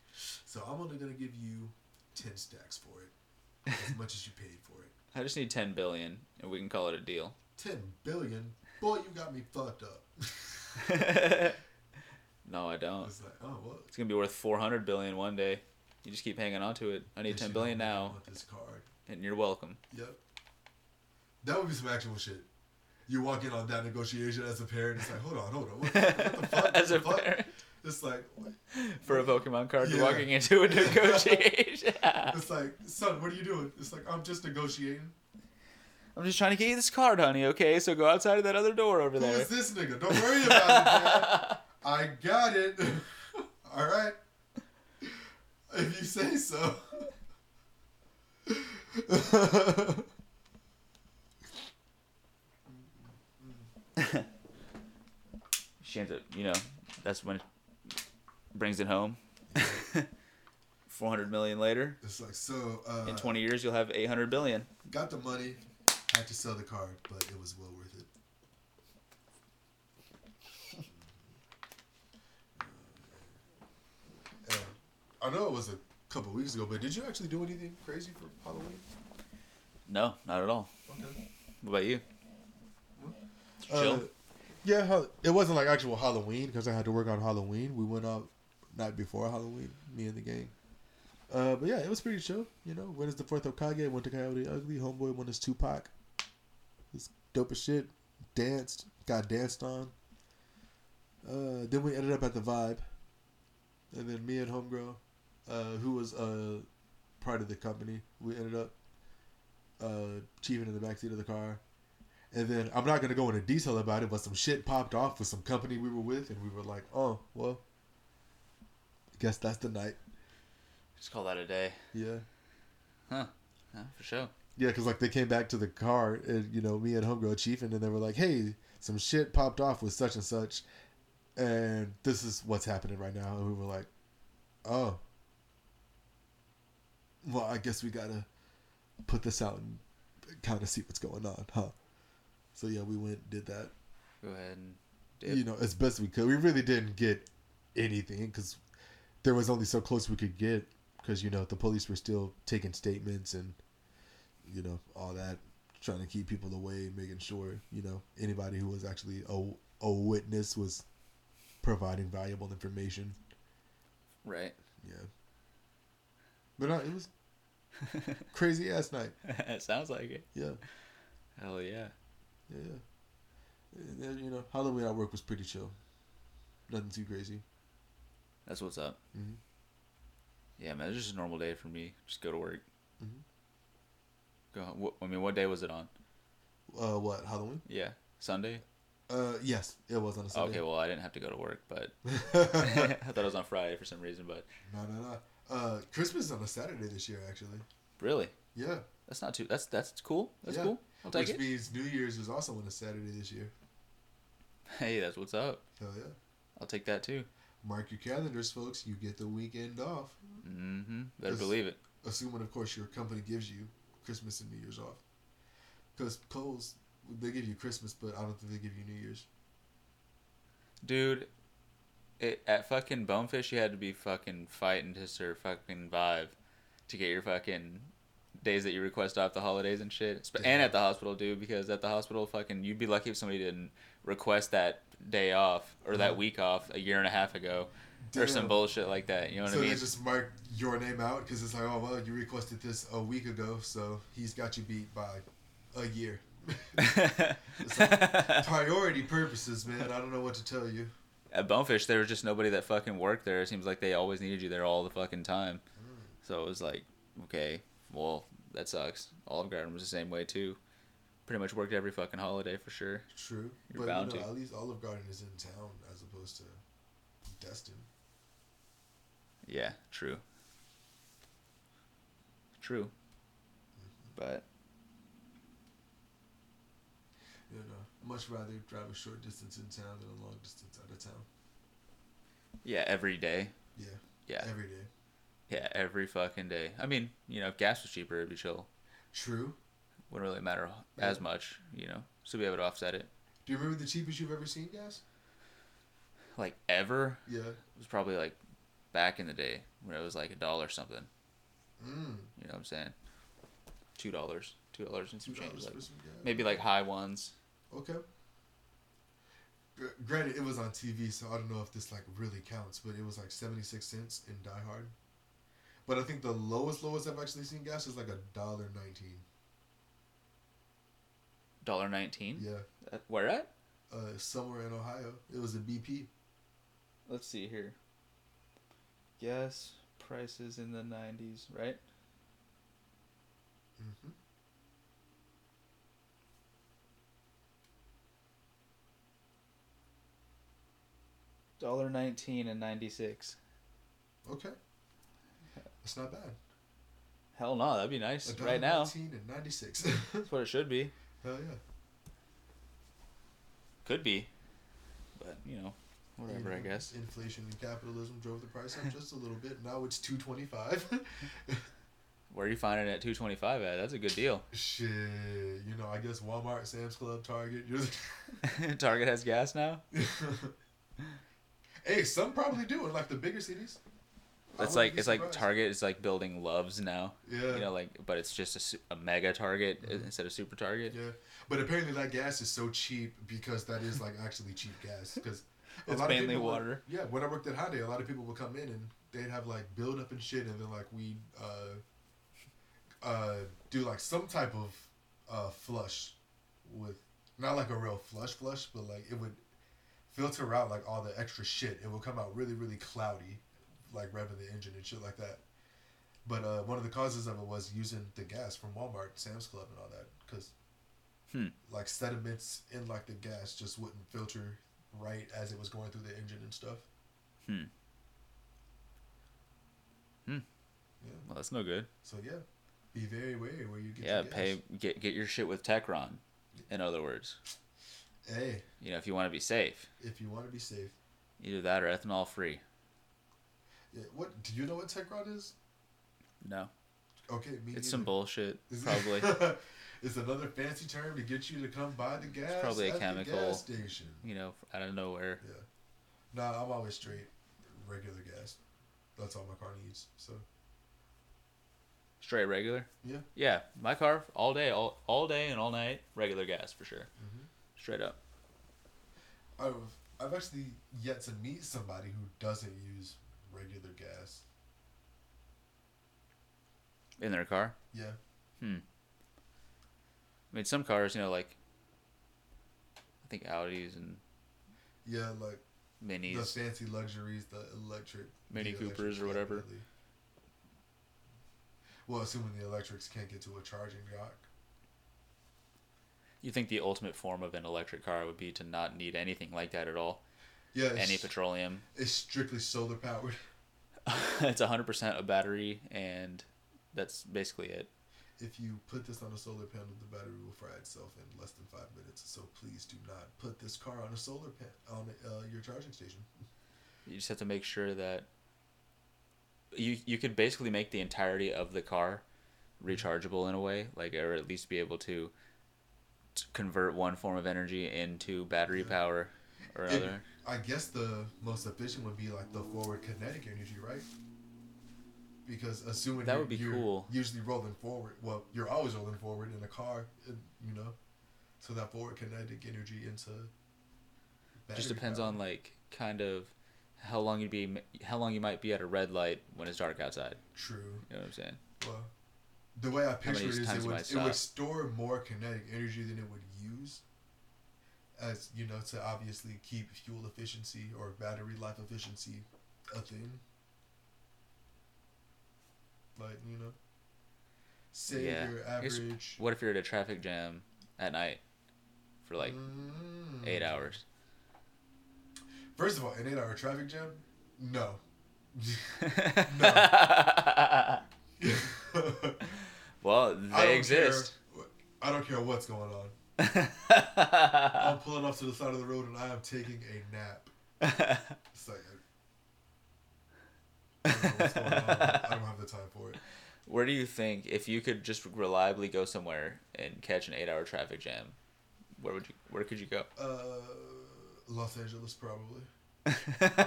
A: So I'm only gonna give you ten stacks for it, as much as you paid for it.
B: I just need ten billion, and we can call it a deal.
A: Ten billion, boy, you got me fucked up.
B: no, I don't.
A: it's like oh what?
B: It's gonna be worth four hundred billion one day. You just keep hanging on to it. I need
A: Guess
B: ten
A: you
B: billion
A: don't
B: now,
A: want this card.
B: and you're welcome.
A: Yep. That would be some actual shit. You walk in on that negotiation as a parent. It's like, hold on, hold on. What, what the
B: As
A: fuck? what
B: a
A: the fuck?
B: parent.
A: It's like, what?
B: For a Pokemon card,
A: Yeah.
B: you're walking into a negotiation.
A: it's like, son, what are you doing? It's like, I'm just negotiating.
B: I'm just trying to get you this card, honey. Okay, so go outside of that other door over
A: Who
B: there.
A: is this nigga? Don't worry about it, man. I got it. All right. If you say so.
B: She ends up, you know, that's when it brings it home. Four hundred million later,
A: It's like, so, uh,
B: in twenty years, you'll have eight hundred billion.
A: got the money, had to sell the card, but it was well worth it. Uh, I know it was a couple weeks ago, but did you actually do anything crazy for Halloween?
B: No, not at all.
A: Okay.
B: What about you?
A: Uh,
B: Chill.
A: yeah, hol- it wasn't like actual Halloween because I had to work on Halloween. We went out night before Halloween, me and the gang. Uh, but yeah, it was pretty chill. You know, went as the fourth Okage, went to Coyote Ugly, Homeboy went as Tupac. It's dope as shit. Danced, got danced on. Uh, then we ended up at the Vibe, and then me and Homegirl, uh, who was uh, part of the company, we ended up uh, cheating in the backseat of the car. And then I'm not gonna go into detail about it, but some shit popped off with some company we were with, and we were like, "Oh, well, guess that's the night."
B: Just call that a day.
A: Yeah,
B: Yeah, for sure.
A: yeah, because like they came back to the car, and you know, me and homegirl chief, and then they were like, "Hey, some shit popped off with such and such, and this is what's happening right now." And we were like, "Oh, well, I guess we gotta put this out and kind of see what's going on, huh?" So yeah, we went did that.
B: Go ahead and
A: you know as best we could. We really didn't get anything because there was only so close we could get because you know the police were still taking statements and you know all that, trying to keep people away, making sure you know anybody who was actually a, a witness was providing valuable information.
B: Right.
A: Yeah, but no, it was crazy ass night.
B: it sounds like it.
A: Yeah.
B: Hell yeah.
A: Yeah, yeah. And then, you know, Halloween at work was pretty chill. Nothing too crazy.
B: That's what's up.
A: Mhm.
B: Yeah, man, it's just a normal day for me. Just go to work.
A: Mhm.
B: Go home. Wh- I mean, what day was it on?
A: Uh, what Halloween?
B: Yeah, Sunday.
A: Uh, yes, it was on a Sunday.
B: Okay, well, I didn't have to go to work, but I
A: no,
B: thought it was on Friday for some reason. But
A: no, no. Uh, Christmas is on a Saturday this year, actually.
B: really,
A: Yeah.
B: that's not too. That's that's cool. That's
A: yeah.
B: cool. I'll take
A: Which
B: it.
A: means New Year's is also on a Saturday this year.
B: Hey, that's what's up.
A: Hell yeah.
B: I'll take that too.
A: Mark your calendars, folks. You get the weekend off.
B: Mm-hmm. Better
A: This-
B: believe it.
A: Assuming, of course, your company gives you Christmas and New Year's off. Because Kohl's, they give you Christmas, but I don't think they give you New Year's.
B: Dude, it, at fucking Bonefish, you had to be fucking fighting to serve fucking Vive to get your fucking days that you request off the holidays and shit. Sp- And at the hospital, dude, because at the hospital, fucking, you'd be lucky if somebody didn't request that day off or that week off a year and a half ago. or some bullshit like that. You know what
A: so
B: I mean?
A: they just mark your name out because it's like, oh well, you requested this a week ago, so he's got you beat by a year. It's like, priority purposes, man. I don't know what to tell you.
B: At Bonefish, there was just nobody that fucking worked there. It seems like they always needed you there all the fucking time. So it was like, okay, well, that sucks. Olive Garden was the same way too. Pretty much worked every fucking holiday for sure.
A: True,
B: You're
A: but
B: bound
A: you know,
B: to.
A: at least Olive Garden is in town as opposed to Destin.
B: Yeah, true. True. But
A: You know, much rather drive a short distance in town than a long distance out of town.
B: yeah, every day.
A: Yeah,
B: Yeah.
A: every day.
B: Yeah, every fucking day. I mean, you know, if gas was cheaper, it'd be chill.
A: True.
B: Wouldn't really matter as much, you know. So we have it offset it.
A: Do you remember the cheapest you've ever seen gas?
B: Like ever
A: Yeah.
B: it was probably like back in the day when it was like a dollar something.
A: Mm.
B: You know what I'm saying? Two dollars, two dollars and
A: Two
B: some change.
A: dollars
B: Like
A: for some gas.
B: maybe like high ones.
A: Okay. Gr- Granted, it was on TV, so I don't know if this like really counts, but it was like seventy six cents in Die Hard. But I think the lowest lowest I've actually seen gas is like a dollar nineteen.
B: Dollar nineteen.
A: Yeah,
B: Uh, Where at?
A: uh, somewhere in Ohio, it was a BP.
B: Let's see here. Gas prices in the nineties, right?
A: Mm-hmm.
B: Dollar nineteen and ninety six.
A: Okay, that's not bad.
B: Hell no, that'd be
A: A
B: nice
A: dollar
B: right now.
A: nineteen and ninety six.
B: That's what it should be.
A: Hell yeah.
B: Could be, but you know, whatever. I
A: You know,
B: guess.
A: Inflation and capitalism drove the price up just a little bit. Now it's two twenty five.
B: Where are you finding it at two twenty five at? That's a good deal.
A: Shit, you know, I guess Walmart, Sam's Club, Target. You're
B: Target has gas now.
A: hey, some probably do in like the bigger cities. I
B: It's
A: wouldn't
B: like
A: be
B: it's like
A: surprised.
B: Target is like building loves now.
A: Oh, Yeah, Mm-hmm.
B: You know, like but it's just a, su- a mega Target i- instead of super Target.
A: yeah. But apparently that gas is so cheap because that is like actually cheap gas because
B: It's mainly water.
A: yeah, when I worked at Hyundai, a lot of people would come in and they'd have like build up and shit, and then like we uh, uh, do like some type of uh, flush with not like a real flush flush, but like it would filter out like all the extra shit. It would come out really really cloudy, like revving the engine and shit like that. But uh, one of the causes of it was using the gas from Walmart, Sam's Club, and all that, because
B: Hmm.
A: like sediments in like the gas just wouldn't filter right as it was going through the engine and stuff.
B: Well, that's no good.
A: So yeah, be very wary where you get.
B: yeah,
A: your gas.
B: pay get get your shit with Techron. In other words,
A: Hey,
B: you know, if you want to be safe,
A: if you want to be safe,
B: either that or ethanol free.
A: yeah, what do you know what Techron is?
B: No,
A: Okay, me.
B: it's some
A: neither.
B: bullshit.
A: Is-
B: Probably.
A: it's another fancy term to get you to come buy the gas.
B: probably a
A: at the
B: chemical.
A: gas station.
B: you know, out of nowhere.
A: Yeah. Nah, I'm always straight, regular gas. That's all my car needs. So
B: Straight regular.
A: yeah,
B: Yeah, my car all day, all all day and all night. Regular gas for sure.
A: Mm-hmm.
B: Straight up.
A: I've I've actually yet to meet somebody who doesn't use regular gas.
B: in their car.
A: Yeah.
B: I mean, some cars, you know, like I think Audis and
A: Yeah, like the
B: Minis.
A: fancy luxuries, the electric
B: Mini
A: the
B: Coopers or
A: electric,
B: whatever.
A: definitely. Well, assuming the electrics can't get to a charging dock.
B: You think the ultimate form of an electric car would be to not need anything like that at all?
A: Yeah, it's,
B: Any petroleum.
A: it's strictly solar powered.
B: it's 100% a battery, and that's basically it.
A: If you put this on a solar panel, the battery will fry itself in less than five minutes. So please do not put this car on a solar pan on uh, your charging station.
B: You just have to make sure that you you could basically make the entirety of the car rechargeable in a way, like or at least be able to t- convert one form of energy into battery power or
A: It-
B: another.
A: I guess the most efficient would be like the forward kinetic energy, right? Because assuming
B: That
A: you're-
B: would be
A: you're
B: cool.
A: Usually rolling forward. Well, you're always rolling forward in a car, and, you know. So that forward kinetic energy into.
B: just
A: battery
B: depends
A: power.
B: on like kind of how long you'd be how long you might be at a red light when it's dark outside.
A: True.
B: You know what I'm saying?
A: Well, the way I picture it is
B: times
A: it
B: you
A: would,
B: might
A: it
B: stop?
A: would store more kinetic energy than it would use. As you know, to obviously keep fuel efficiency or battery life efficiency a thing. Like, you know, save
B: Yeah.
A: your
B: I guess-
A: average.
B: What if you're at a traffic jam at night for like
A: Mm.
B: eight hours?
A: First of all, an eight hour traffic jam? No.
B: well,
A: I don't
B: they exist.
A: Care. I don't care what's going on. I'm pulling off to the side of the road and I am taking a nap. It's like, I I don't know what's going on. I don't have the time for it.
B: Where do you think if you could just reliably go somewhere and catch an eight-hour traffic jam, where would you? Where could you go?
A: Uh, Los Angeles, probably.
B: That's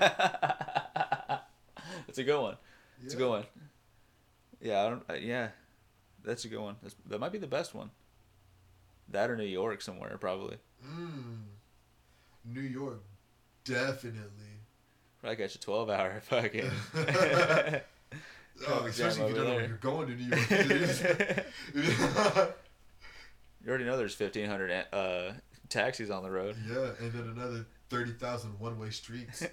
B: a good one. That's a
A: Yeah.
B: good one. Yeah, I don't, uh, yeah, that's a good one. That's, that might be the best one. That or New York somewhere probably.
A: Mm. New York, definitely.
B: Probably catch a twelve-hour fucking.
A: Oh,
B: Traffic jam
A: Uh, especially if
B: over
A: you don't know
B: there.
A: where you're going to New York. City.
B: you already know there's fifteen hundred uh, taxis on the road.
A: Yeah, and then another 30,000 one way streets.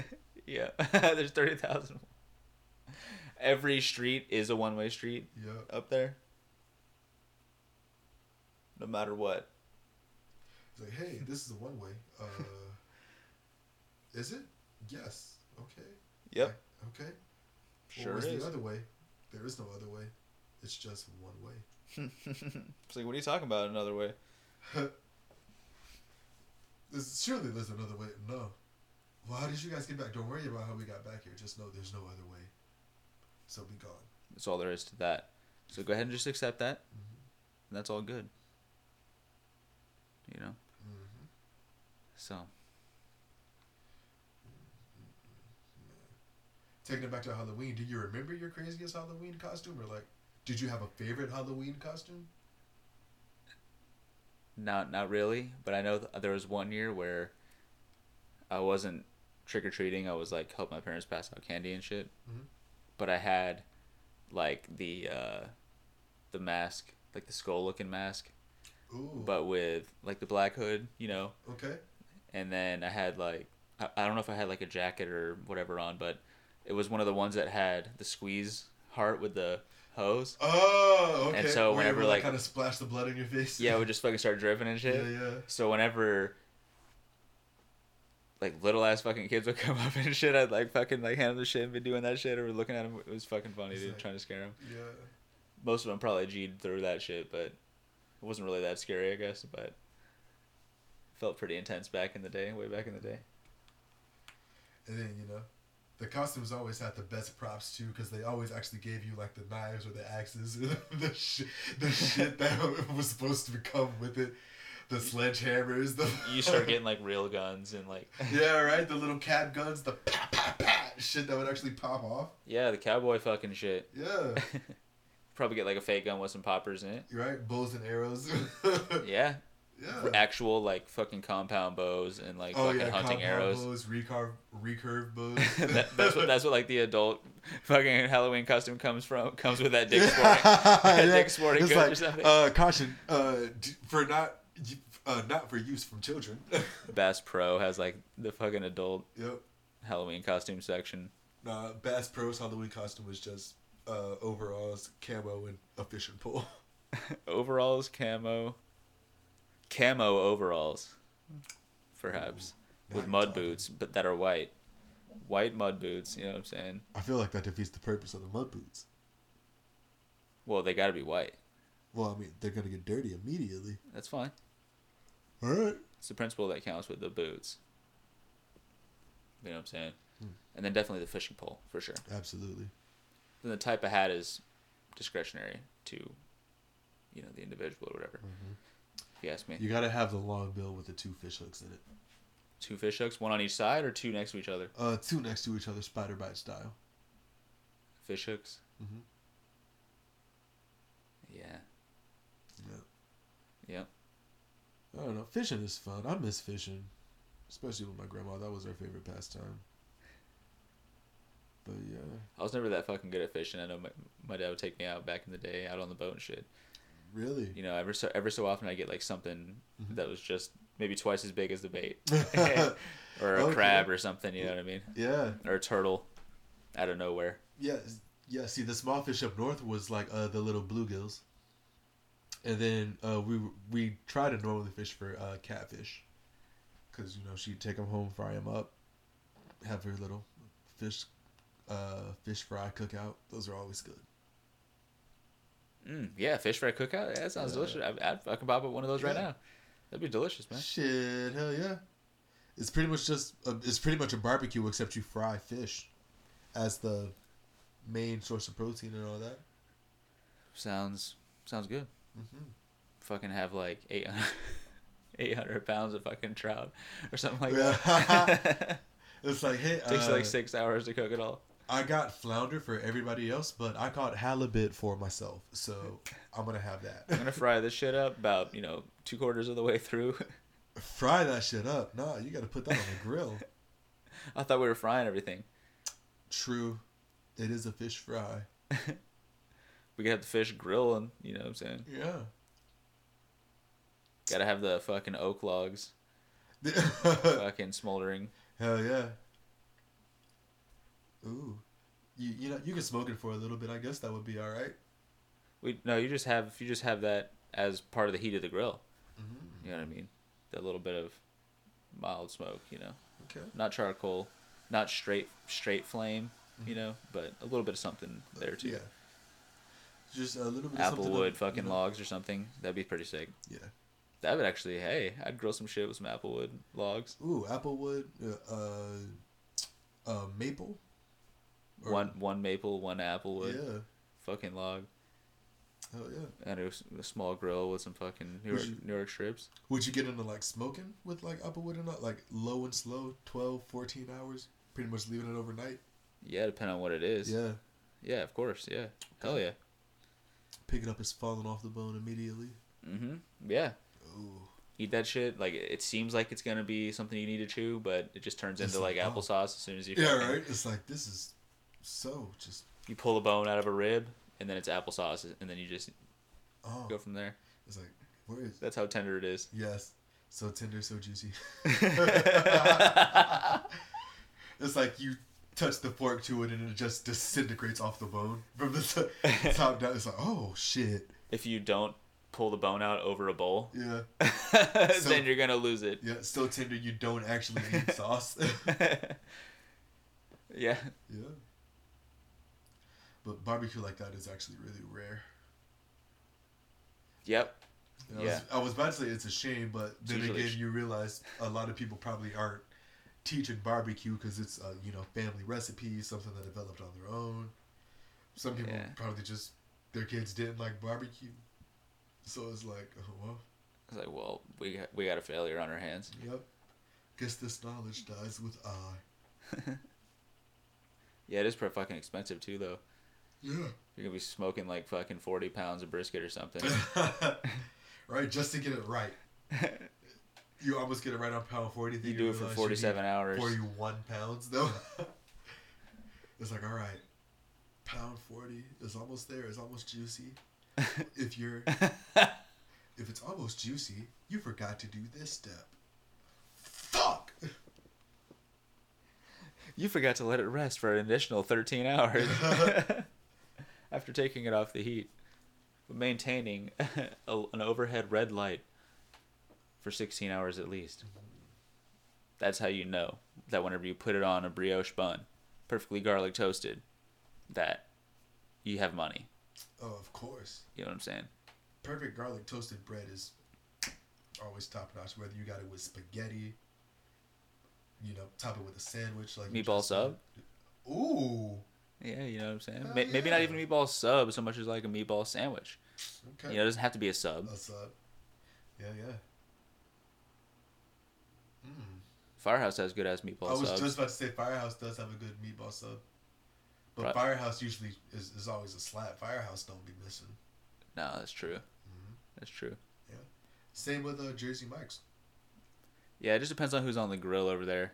B: Yeah, there's thirty thousand. Every street is a one-way street
A: yeah.
B: up there. No matter what.
A: It's like, hey, this is a one way. Uh, is it? Yes. Okay.
B: Yep,
A: Okay. Or
B: sure
A: is
B: is.
A: the other way? There is no other way. It's just one way.
B: It's like, what are you talking about? Another way?
A: There's, surely there's another way. No. Well, how did you guys get back? Don't worry about how we got back here. Just know there's no other way. So be gone.
B: That's all there is to that. So go ahead and just accept that. And that's all good. You know? So,
A: Taking it back to Halloween, do you remember your craziest Halloween costume? Or, like, did you have a favorite Halloween costume?
B: not not really, but I know th- there was one year where I wasn't trick or treating. I was like help my parents pass out candy and shit.
A: Mhm.
B: But I had like the uh the mask, like the skull looking mask,
A: Ooh.
B: but with like the black hood, you know,
A: okay.
B: and then I had like I, I don't know if I had like a jacket or whatever on, but it was one of the ones that had the squeeze heart with the hose.
A: Oh, okay.
B: And so
A: Where you
B: whenever,
A: would,
B: like-
A: kind of splash the blood in your face.
B: Yeah, it would just fucking start dripping and
A: yeah,
B: shit.
A: yeah.
B: So whenever like little ass fucking kids would come up and shit, I'd like fucking like hand them the shit and be doing that shit or looking at them. It was fucking funny,
A: It's
B: dude,
A: like-
B: trying to scare them.
A: Yeah.
B: Most of them probably G'd through that shit, but it wasn't really that scary, I guess. But felt pretty intense back in the day, way back in the day.
A: And then you know, the costumes always had the best props too, because they always actually gave you like the knives or the axes, the sh- the shit that was supposed to come with it, the sledgehammers, the
B: You start getting like real guns and like
A: yeah right, the little cat guns, the pa pa pa shit that would actually pop off.
B: Yeah, the cowboy fucking shit.
A: Yeah.
B: Probably get like a fake gun with some poppers in it.
A: You're right, bows and arrows.
B: Yeah. Uh.
A: yeah.
B: Actual like fucking compound bows and like
A: Oh
B: fucking
A: yeah,
B: hunting
A: compound
B: arrows.
A: bows, recurve, recurve bows.
B: that, that's what that's what like the adult fucking Halloween costume comes from comes with that dick sporting.
A: Yeah.
B: Dick Sporting
A: It's
B: Goods or
A: like,
B: something.
A: Uh, caution, uh, d- for not uh, not for use from children.
B: Bass Pro has like the fucking adult
A: yep.
B: Halloween costume section.
A: Nah, Bass Pro's Halloween costume was just uh, overalls, camo, and a fishing pole.
B: Overalls, camo, camo overalls, perhaps
A: Ooh,
B: with
A: now
B: mud
A: you're talking.
B: boots, but that are white, white mud boots. You know what I'm saying?
A: I feel like that defeats the purpose of the mud boots.
B: Well, they got to be white.
A: Well, I mean, they're gonna get dirty immediately.
B: That's fine.
A: All right.
B: It's the principle that counts with the boots. You know what I'm saying? And then definitely the fishing pole for sure.
A: Absolutely.
B: Then the type of hat is discretionary to, you know, the individual or whatever. If you ask me,
A: You gotta have the long bill with the two fish hooks in it.
B: two fish hooks, one on each side, or two next to each other.
A: Uh, two next to each other, spider bite style.
B: Fish hooks.
A: Mhm.
B: Yeah.
A: Yeah.
B: Yep.
A: I don't know. Fishing is fun. I miss fishing, especially with my grandma. That was her favorite pastime. But yeah,
B: I was never that fucking good at fishing. I know my, my dad would take me out back in the day, out on the boat and shit.
A: really.
B: You know, every so every so often I get like something
A: Mm-hmm.
B: that was just maybe twice as big as the bait, or a
A: Okay.
B: crab or something. You know what I mean?
A: Yeah,
B: Or a turtle, out of nowhere.
A: yeah, s- yeah. See, the small fish up north was like uh, the little bluegills, and then uh, we we try to normally fish for uh, catfish, because you know she'd take them home, fry them up, have her little fish, uh, fish fry cookout. Those are always good.
B: Mm, yeah, fish fry cookout. Yeah, that sounds
A: Yeah.
B: delicious. I'd, I'd fucking pop up one of those right
A: Yeah.
B: now. That'd be delicious, man.
A: Shit, hell yeah! It's pretty much just a, it's pretty much a barbecue except you fry fish, as the main source of protein and all that.
B: Sounds sounds good.
A: Mhm.
B: Fucking have like 800, 800 pounds of fucking trout or something like
A: Yeah.
B: that.
A: It's like hey,
B: Takes like
A: uh,
B: six hours to cook it all.
A: I got flounder for everybody else, but I caught halibut for myself, so I'm gonna have
B: I'm
A: that.
B: gonna fry this shit up about you know two quarters of the way through.
A: Fry that shit up. Nah, you gotta put that on the grill.
B: I thought we were frying everything.
A: True, it is a fish fry.
B: We could have the fish grill and you know what I'm saying.
A: Yeah.
B: Gotta have the fucking oak logs fucking smoldering.
A: Hell yeah. Ooh, you you know you can smoke it for a little bit. I guess that would be all right.
B: We no, you just have you just have that as part of the heat of the grill.
A: Mm-hmm.
B: You know what I mean? That little bit of mild smoke, you know.
A: Okay.
B: Not charcoal, not straight straight flame, you know, but a little bit of something there too.
A: Mm-hmm. Yeah. Just a little bit. of something
B: Applewood
A: that-
B: fucking
A: you know-
B: logs or something. That'd be pretty sick.
A: Yeah.
B: That would actually, hey, I'd grill some shit with some applewood logs.
A: Ooh, applewood. Uh, uh, uh maple. Or-
B: one one maple, one applewood,
A: Yeah.
B: fucking log,
A: Hell yeah.
B: and a, s- a small grill with some fucking New
A: Would
B: York,
A: you-
B: New York strips.
A: Would you get into like smoking with like Applewood or not? Like low and slow, 12, 14 hours, pretty much leaving it overnight.
B: Yeah, depending on what it is.
A: Yeah.
B: Yeah, of course. Yeah. Hell yeah.
A: Pick it up, it's falling off the bone immediately.
B: Mm-hmm. Yeah.
A: Ooh.
B: Eat that shit. Like it seems like it's gonna be something you need to chew, but it just turns
A: It's
B: into like
A: like, oh.
B: applesauce as soon as you
A: Yeah,
B: fucking-
A: right? It's like, this is so just,
B: you pull a bone out of a rib and then it's applesauce and then you just
A: oh.
B: go from there.
A: It's like, where is
B: That's how tender it is.
A: Yes. So tender, so juicy. it's like you touch the fork to it and it just disintegrates off the bone from the t- top down. It's like, oh, shit.
B: If you don't pull the bone out over a bowl,
A: Yeah. So-
B: then you're gonna lose it.
A: Yeah, so tender you don't actually need sauce.
B: yeah.
A: Yeah. But barbecue like that is actually really rare.
B: Yep.
A: And I
B: Yeah.
A: Was, I was about to say it's a shame, but then
B: usually
A: again,
B: sh-
A: you realize a lot of people probably aren't teaching barbecue because it's a you know family recipe, something that developed on their own. Some people
B: Yeah.
A: probably just their kids didn't like barbecue, so it's like, oh well,
B: It's like, well, we got, we got a failure on our hands.
A: yep. Guess this knowledge dies with I.
B: Yeah, it is pretty fucking expensive too, though.
A: Yeah.
B: You're gonna be smoking like fucking forty pounds of brisket or something.
A: right, just to get it right. You almost get it right on pound forty. then
B: you do it for
A: realize you need
B: forty-seven hours.
A: Forty-one pounds though. it's like all right, pound forty is almost there. It's almost juicy. If you're, if it's almost juicy, you forgot to do this step. Fuck.
B: You forgot to let it rest for an additional thirteen hours after taking it off the heat, maintaining a, an overhead red light for sixteen hours at least. That's how you know that whenever you put it on a brioche bun, perfectly garlic toasted, that you have money.
A: Oh, of course.
B: You know what I'm saying?
A: Perfect garlic toasted bread is always top notch. Whether you got it with spaghetti, you know, top it with a sandwich like you
B: Meatball
A: just
B: sub.
A: said. Ooh.
B: Yeah, you know what I'm saying.
A: Hell
B: Ma- Maybe not
A: yeah.
B: even a meatball sub, so much as like a meatball sandwich.
A: Okay.
B: You know, it doesn't have to be a sub.
A: That's up. Yeah, yeah.
B: Firehouse has good ass meatball
A: I was
B: subs.
A: just about to say Firehouse does have a good meatball sub, but
B: Right.
A: Firehouse usually is, is always a slap. Firehouse don't be missing.
B: No, that's true. That's true.
A: Same with uh, Jersey Mike's.
B: Yeah, it just depends on who's on the grill over there.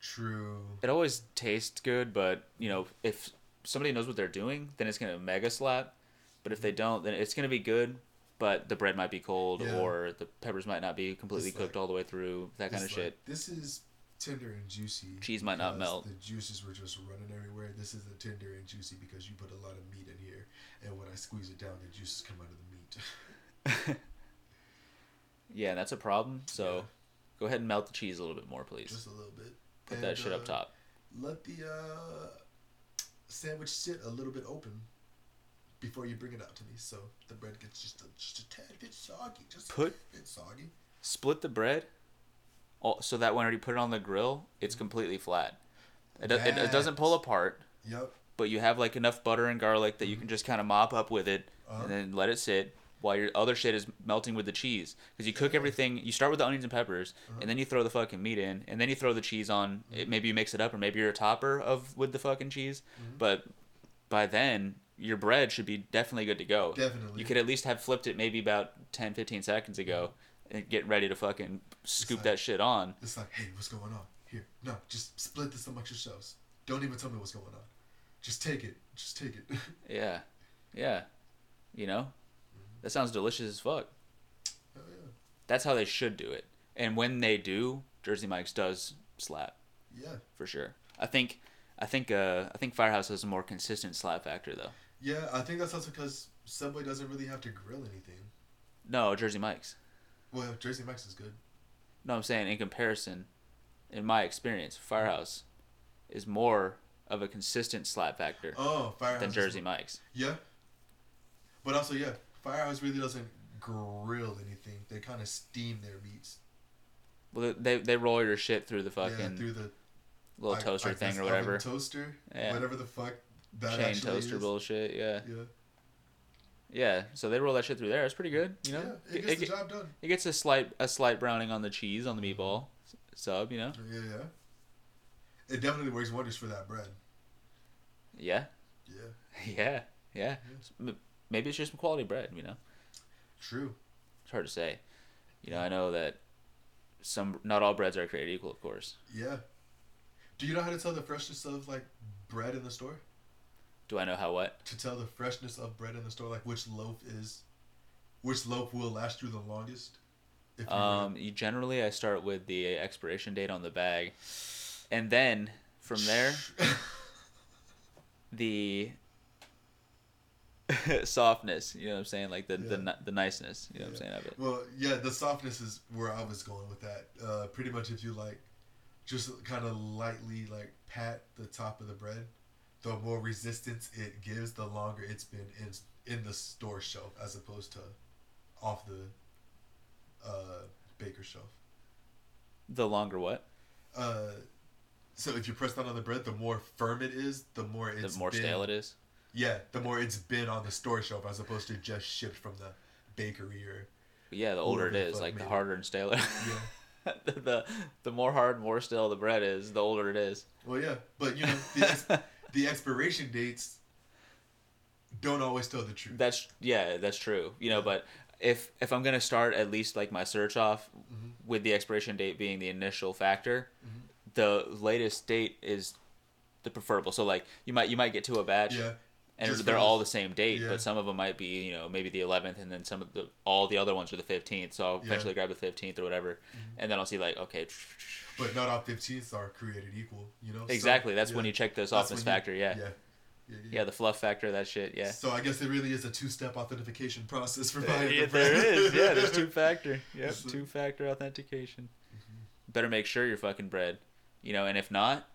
A: True.
B: It always tastes good, but you know, if somebody knows what they're doing, then it's gonna mega slap. But if they don't, then it's gonna be good, but the bread might be cold
A: Yeah.
B: or the peppers might not be completely
A: It's
B: cooked
A: like-
B: all the way through. That kind of
A: It's
B: shit.
A: like- This is tender and juicy.
B: Cheese might not
A: because
B: melt.
A: The juices were just running everywhere. This is the tender and juicy because you put a lot of meat in here, and when I squeeze it down, the juices come out of the meat.
B: Yeah, and that's a problem. So
A: Yeah.
B: go ahead and melt the cheese a little bit more, please.
A: just a little bit.
B: Put
A: And,
B: that shit
A: uh,
B: up top.
A: Let the uh, sandwich sit a little bit open before you bring it out to me, so the bread gets just a, just a tad bit soggy. Just
B: Put-
A: a bit soggy.
B: Split the bread, all, so that when you put it on the grill,
A: Mm-hmm.
B: it's completely flat. It, do, it, it doesn't pull apart,
A: Yep.
B: but you have like enough butter and garlic that you can just kind of mop up with it,
A: Mm-hmm. Uh-huh.
B: and then let it sit while your other shit is melting with the cheese. Because you cook everything, you start with the onions and peppers,
A: Uh-huh.
B: and then you throw the fucking meat in, and then you throw the cheese on.
A: Mm-hmm.
B: It, maybe you mix it up, or maybe you're a topper of with the fucking cheese.
A: Mm-hmm.
B: But by then, your bread should be definitely good to go.
A: Definitely.
B: You could at least have flipped it maybe about 10, 15 seconds ago and get ready to fucking scoop
A: like-
B: that shit on.
A: It's like, hey, what's going on? Here, no, just split this amongst yourselves. Don't even tell me what's going on. Just take it. Just take it.
B: Yeah. Yeah. You know? That sounds delicious as fuck.
A: Mm-hmm. Hell yeah.
B: That's how they should do it. And when they do, Jersey Mike's does slap
A: Yeah.
B: for sure. I think I think uh I think Firehouse has a more consistent slap factor though.
A: Yeah, I think that's also because Subway doesn't really have to grill anything.
B: No, Jersey Mike's.
A: Well, Jersey Mike's is good.
B: No, I'm saying in comparison, in my experience, Firehouse is more of a consistent slap factor
A: Oh, Firehouse.
B: than
A: is-
B: Jersey Mike's.
A: Yeah. But also, yeah, Firehouse really doesn't grill anything. They kind of steam their meats.
B: Well, they they roll your shit through the fucking
A: yeah, through the
B: little
A: like-
B: toaster
A: like
B: thing
A: this
B: or
A: oven
B: whatever
A: Toaster,
B: Yeah.
A: whatever the fuck that
B: chain
A: actually
B: toaster
A: is.
B: bullshit. Yeah.
A: Yeah,
B: yeah, So they roll that shit through there. It's pretty good. You know,
A: yeah, it gets the job done.
B: It gets a slight a slight browning on the cheese on the
A: Mm-hmm.
B: meatball s- sub, you know.
A: Yeah, yeah. It definitely works wonders for that bread.
B: Yeah,
A: Yeah,
B: yeah, yeah. S- m- Maybe it's just some quality bread, you know.
A: true.
B: It's hard to say. You know, I know that some not all breads are created equal, of course.
A: Yeah. Do you know how to tell the freshness of like bread in the store?
B: Do I know how what?
A: To tell the freshness of bread in the store, like which loaf is, which loaf will last you the longest? If you
B: Um, you generally I start with the expiration date on the bag, and then from there the softness. You know what I'm saying? Like the the,
A: Yeah.
B: ni- the niceness. You know what I'm saying of it.
A: Well, yeah, the softness is where I was going with that. Uh, pretty much, if you like, just kind of lightly like pat the top of the bread, the more resistance it gives, the longer it's been in in the store shelf as opposed to off the uh, baker shelf.
B: The longer what?
A: Uh, so if you press down on the bread, the more firm it is, the more
B: The
A: it's
B: more
A: been,
B: stale it is.
A: Yeah, the more it's been on the store shelf as opposed to just shipped from the bakery or
B: But yeah, the older it
A: Whoever the
B: is,
A: fuck
B: like the
A: made it.
B: harder and staler.
A: yeah.
B: the, the the more hard, more stale the bread is, the older it is.
A: Well, yeah, but you know the, ex- the expiration dates don't always tell the truth.
B: That's yeah, that's true. You know, but if if I'm gonna start at least like my search off
A: Mm-hmm.
B: with the expiration date being the initial factor, the latest date is the preferable. So like you might you might get to a batch.
A: yeah,
B: And
A: Just
B: they're
A: for
B: all the
A: this-
B: same date,
A: yeah.
B: but some of them might be, you know, maybe the 11th, and then some of the all the other ones are the 15th. So I'll
A: Yeah. Mm-hmm.
B: eventually grab the 15th or whatever, and then I'll see like, okay,
A: but not all fifteenths are created equal. You know So,
B: exactly. That's when
A: yeah,
B: you check the
A: that's
B: softness
A: when you-
B: factor. Yeah.
A: yeah,
B: yeah,
A: yeah,
B: the fluff factor, that shit. Yeah.
A: So I guess it really is a two-step authentication process for buying
B: yeah,
A: the
B: there
A: brand.
B: is. Yeah, there's two factor. Yep,
A: It's like- Mm-hmm.
B: two factor authentication. Better make sure you're fucking bread, you know. And if not,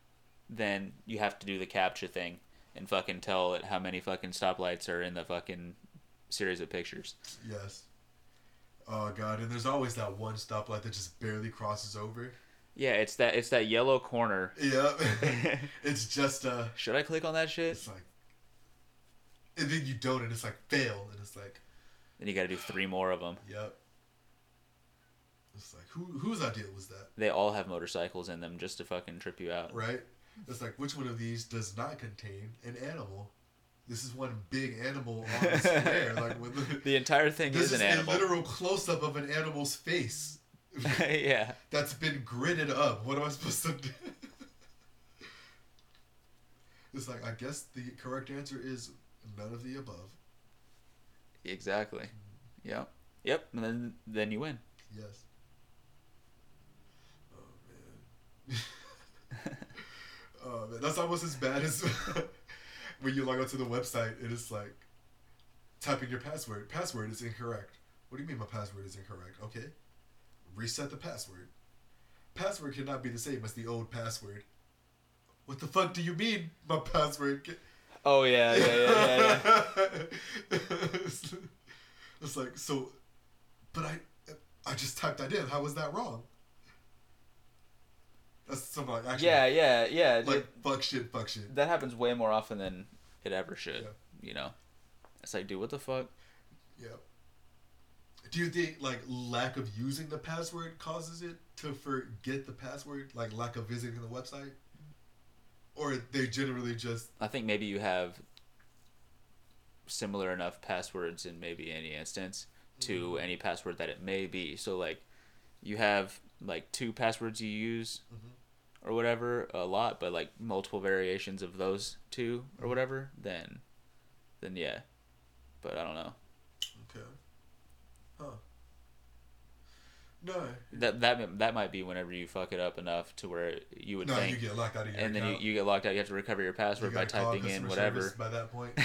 B: then you have to do the capture thing and fucking tell it how many fucking stoplights are in the fucking series of pictures.
A: Yes. Oh god, and there's always that one stoplight that just barely crosses over.
B: Yeah, it's that it's that yellow corner.
A: Yep. it's just uh
B: Should I click on that shit?
A: it's like and then you don't and it's like fail and it's like
B: Then you got to do three more of them.
A: Yep. It's like who whose idea was that,
B: They all have motorcycles in them just to fucking trip you out.
A: right? It's like which one of these does not contain an animal? This is one big animal on the square. like with
B: The entire thing
A: this
B: is an animal.
A: a literal close up of an animal's face
B: yeah.
A: that's been gridded up. What am I supposed to do? It's like I guess the correct answer is none of the above.
B: Exactly. Yep. Yep. And then then you win.
A: Yes. Oh man. oh man, that's almost as bad as when you log onto the website and it's like typing your password. Password is incorrect. What do you mean my password is incorrect? Okay. Reset the password. Password cannot be the same as the old password. What the fuck do you mean my password? Can-
B: Oh yeah, yeah, yeah, yeah. yeah.
A: it's, it's like so, but I, I just typed that in. How was that wrong? That's something like actually,
B: Yeah, yeah, yeah. dude.
A: like fuck shit, fuck shit.
B: that happens way more often than it ever should.
A: Yeah.
B: You know, it's like, dude, what the fuck?
A: Yeah. Do you think like lack of using the password causes it to forget the password? Like lack of visiting the website, or they generally just
B: I think maybe you have similar enough passwords in maybe any instance to
A: Mm-hmm.
B: any password that it may be. So like, you have like two passwords you use
A: Mm-hmm.
B: or whatever a lot, but like multiple variations of those two
A: Mm-hmm.
B: or whatever, then, then yeah. But I don't know.
A: okay, huh? No,
B: That that that might be whenever you fuck it up enough to where you would
A: no,
B: think,
A: you get locked out of your
B: and then
A: account.
B: you, you get locked out. You have to recover your password by
A: gotta call
B: typing in
A: customer
B: whatever.
A: service By that point,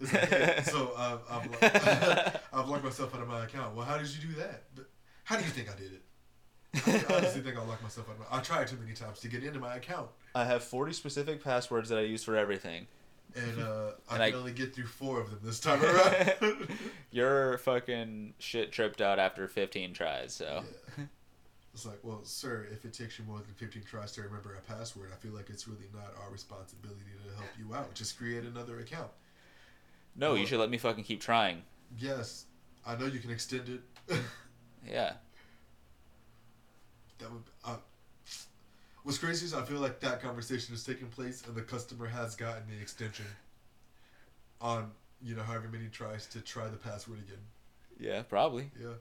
A: It's like, yeah, so I've I've, lo- I've locked myself out of my account. Well, how did you do that? But how do you think I did it? I honestly think I locked myself out. Of my, I tried too many times to get into my account,
B: I have forty specific passwords that I use for everything.
A: and uh, I
B: And
A: can
B: I-
A: only get through four of them this time around.
B: Your fucking shit tripped out after fifteen tries. So
A: it's like, well, sir, if it takes you more than fifteen tries to remember a password, I feel like it's really not our responsibility to help you out. Just create another account.
B: no, you
A: Well-
B: should let me fucking keep trying.
A: Yes, I know you can extend it.
B: Yeah,
A: That would. Uh, what's crazy is I feel like that conversation is taking place and the customer has gotten the extension. On you know however many tries to try the password again.
B: yeah, probably.
A: Yeah.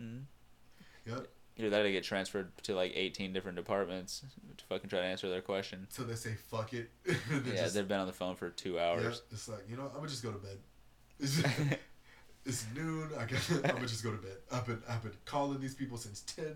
B: Mhm.
A: Yep.
B: Either that, or get transferred to like eighteen different departments to fucking try to answer their question.
A: So they say fuck it. And they
B: yeah,
A: just-
B: they've been on the phone for two
A: yeah,
B: hours.
A: It's like you know I'm gonna just go to bed. It's, it's noon. I got, I'm gonna just go to bed. I've been I've been calling these people since ten.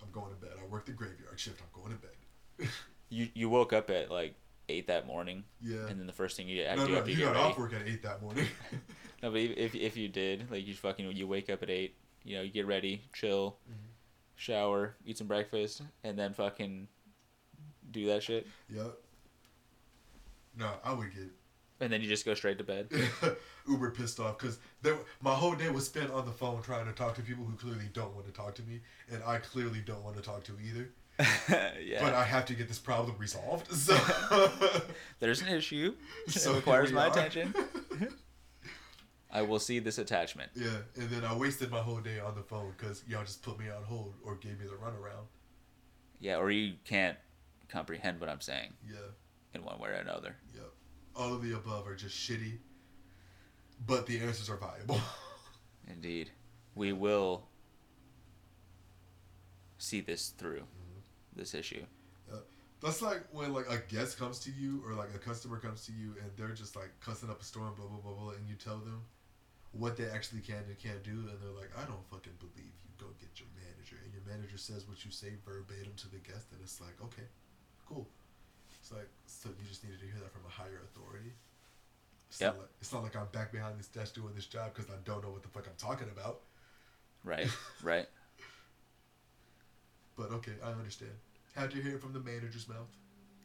A: I'm going to bed. I work the graveyard shift. I'm going to bed.
B: You you woke up at like eight that morning,
A: Yeah.
B: and then the first thing you get
A: no,
B: after you
A: no,
B: have to
A: you
B: get
A: got
B: ready.
A: off work at eight that morning.
B: No, but if if- if you did, like you fucking you wake up at eight, you know, you get ready, chill,
A: Mm-hmm.
B: shower, eat some breakfast, and then fucking do that shit,
A: Yep. No, I would get
B: and then you just go straight to bed.
A: uber pissed off because my whole day was spent on the phone trying to talk to people who clearly don't want to talk to me, and I clearly don't want to talk to either.
B: yeah,
A: But I have to get this problem resolved. So,
B: there's an issue.
A: So
B: it requires
A: here
B: my
A: we are.
B: attention. I will see this attachment.
A: yeah, and then I wasted my whole day on the phone because y'all just put me on hold or gave me the runaround.
B: Yeah, or you can't comprehend what I'm saying
A: Yeah,
B: in one way or another.
A: yep. All of the above are just shitty, but the answers are viable.
B: Indeed, we will see this through. This issue.
A: That's like when like a guest comes to you or like a customer comes to you and they're just like cussing up a storm, blah blah blah blah, and you tell them what they actually can and can't do, and they're like, I don't fucking believe you. Go get your manager, and your manager says what you say verbatim to the guest, and it's like, okay, cool. It's like so you just needed to hear that from a higher authority. It's,
B: Yep.
A: not, like, it's not like I'm back behind this desk doing this job because I don't know what the fuck I'm talking about.
B: Right. Right.
A: But okay, I understand. Had to hear it from the manager's mouth.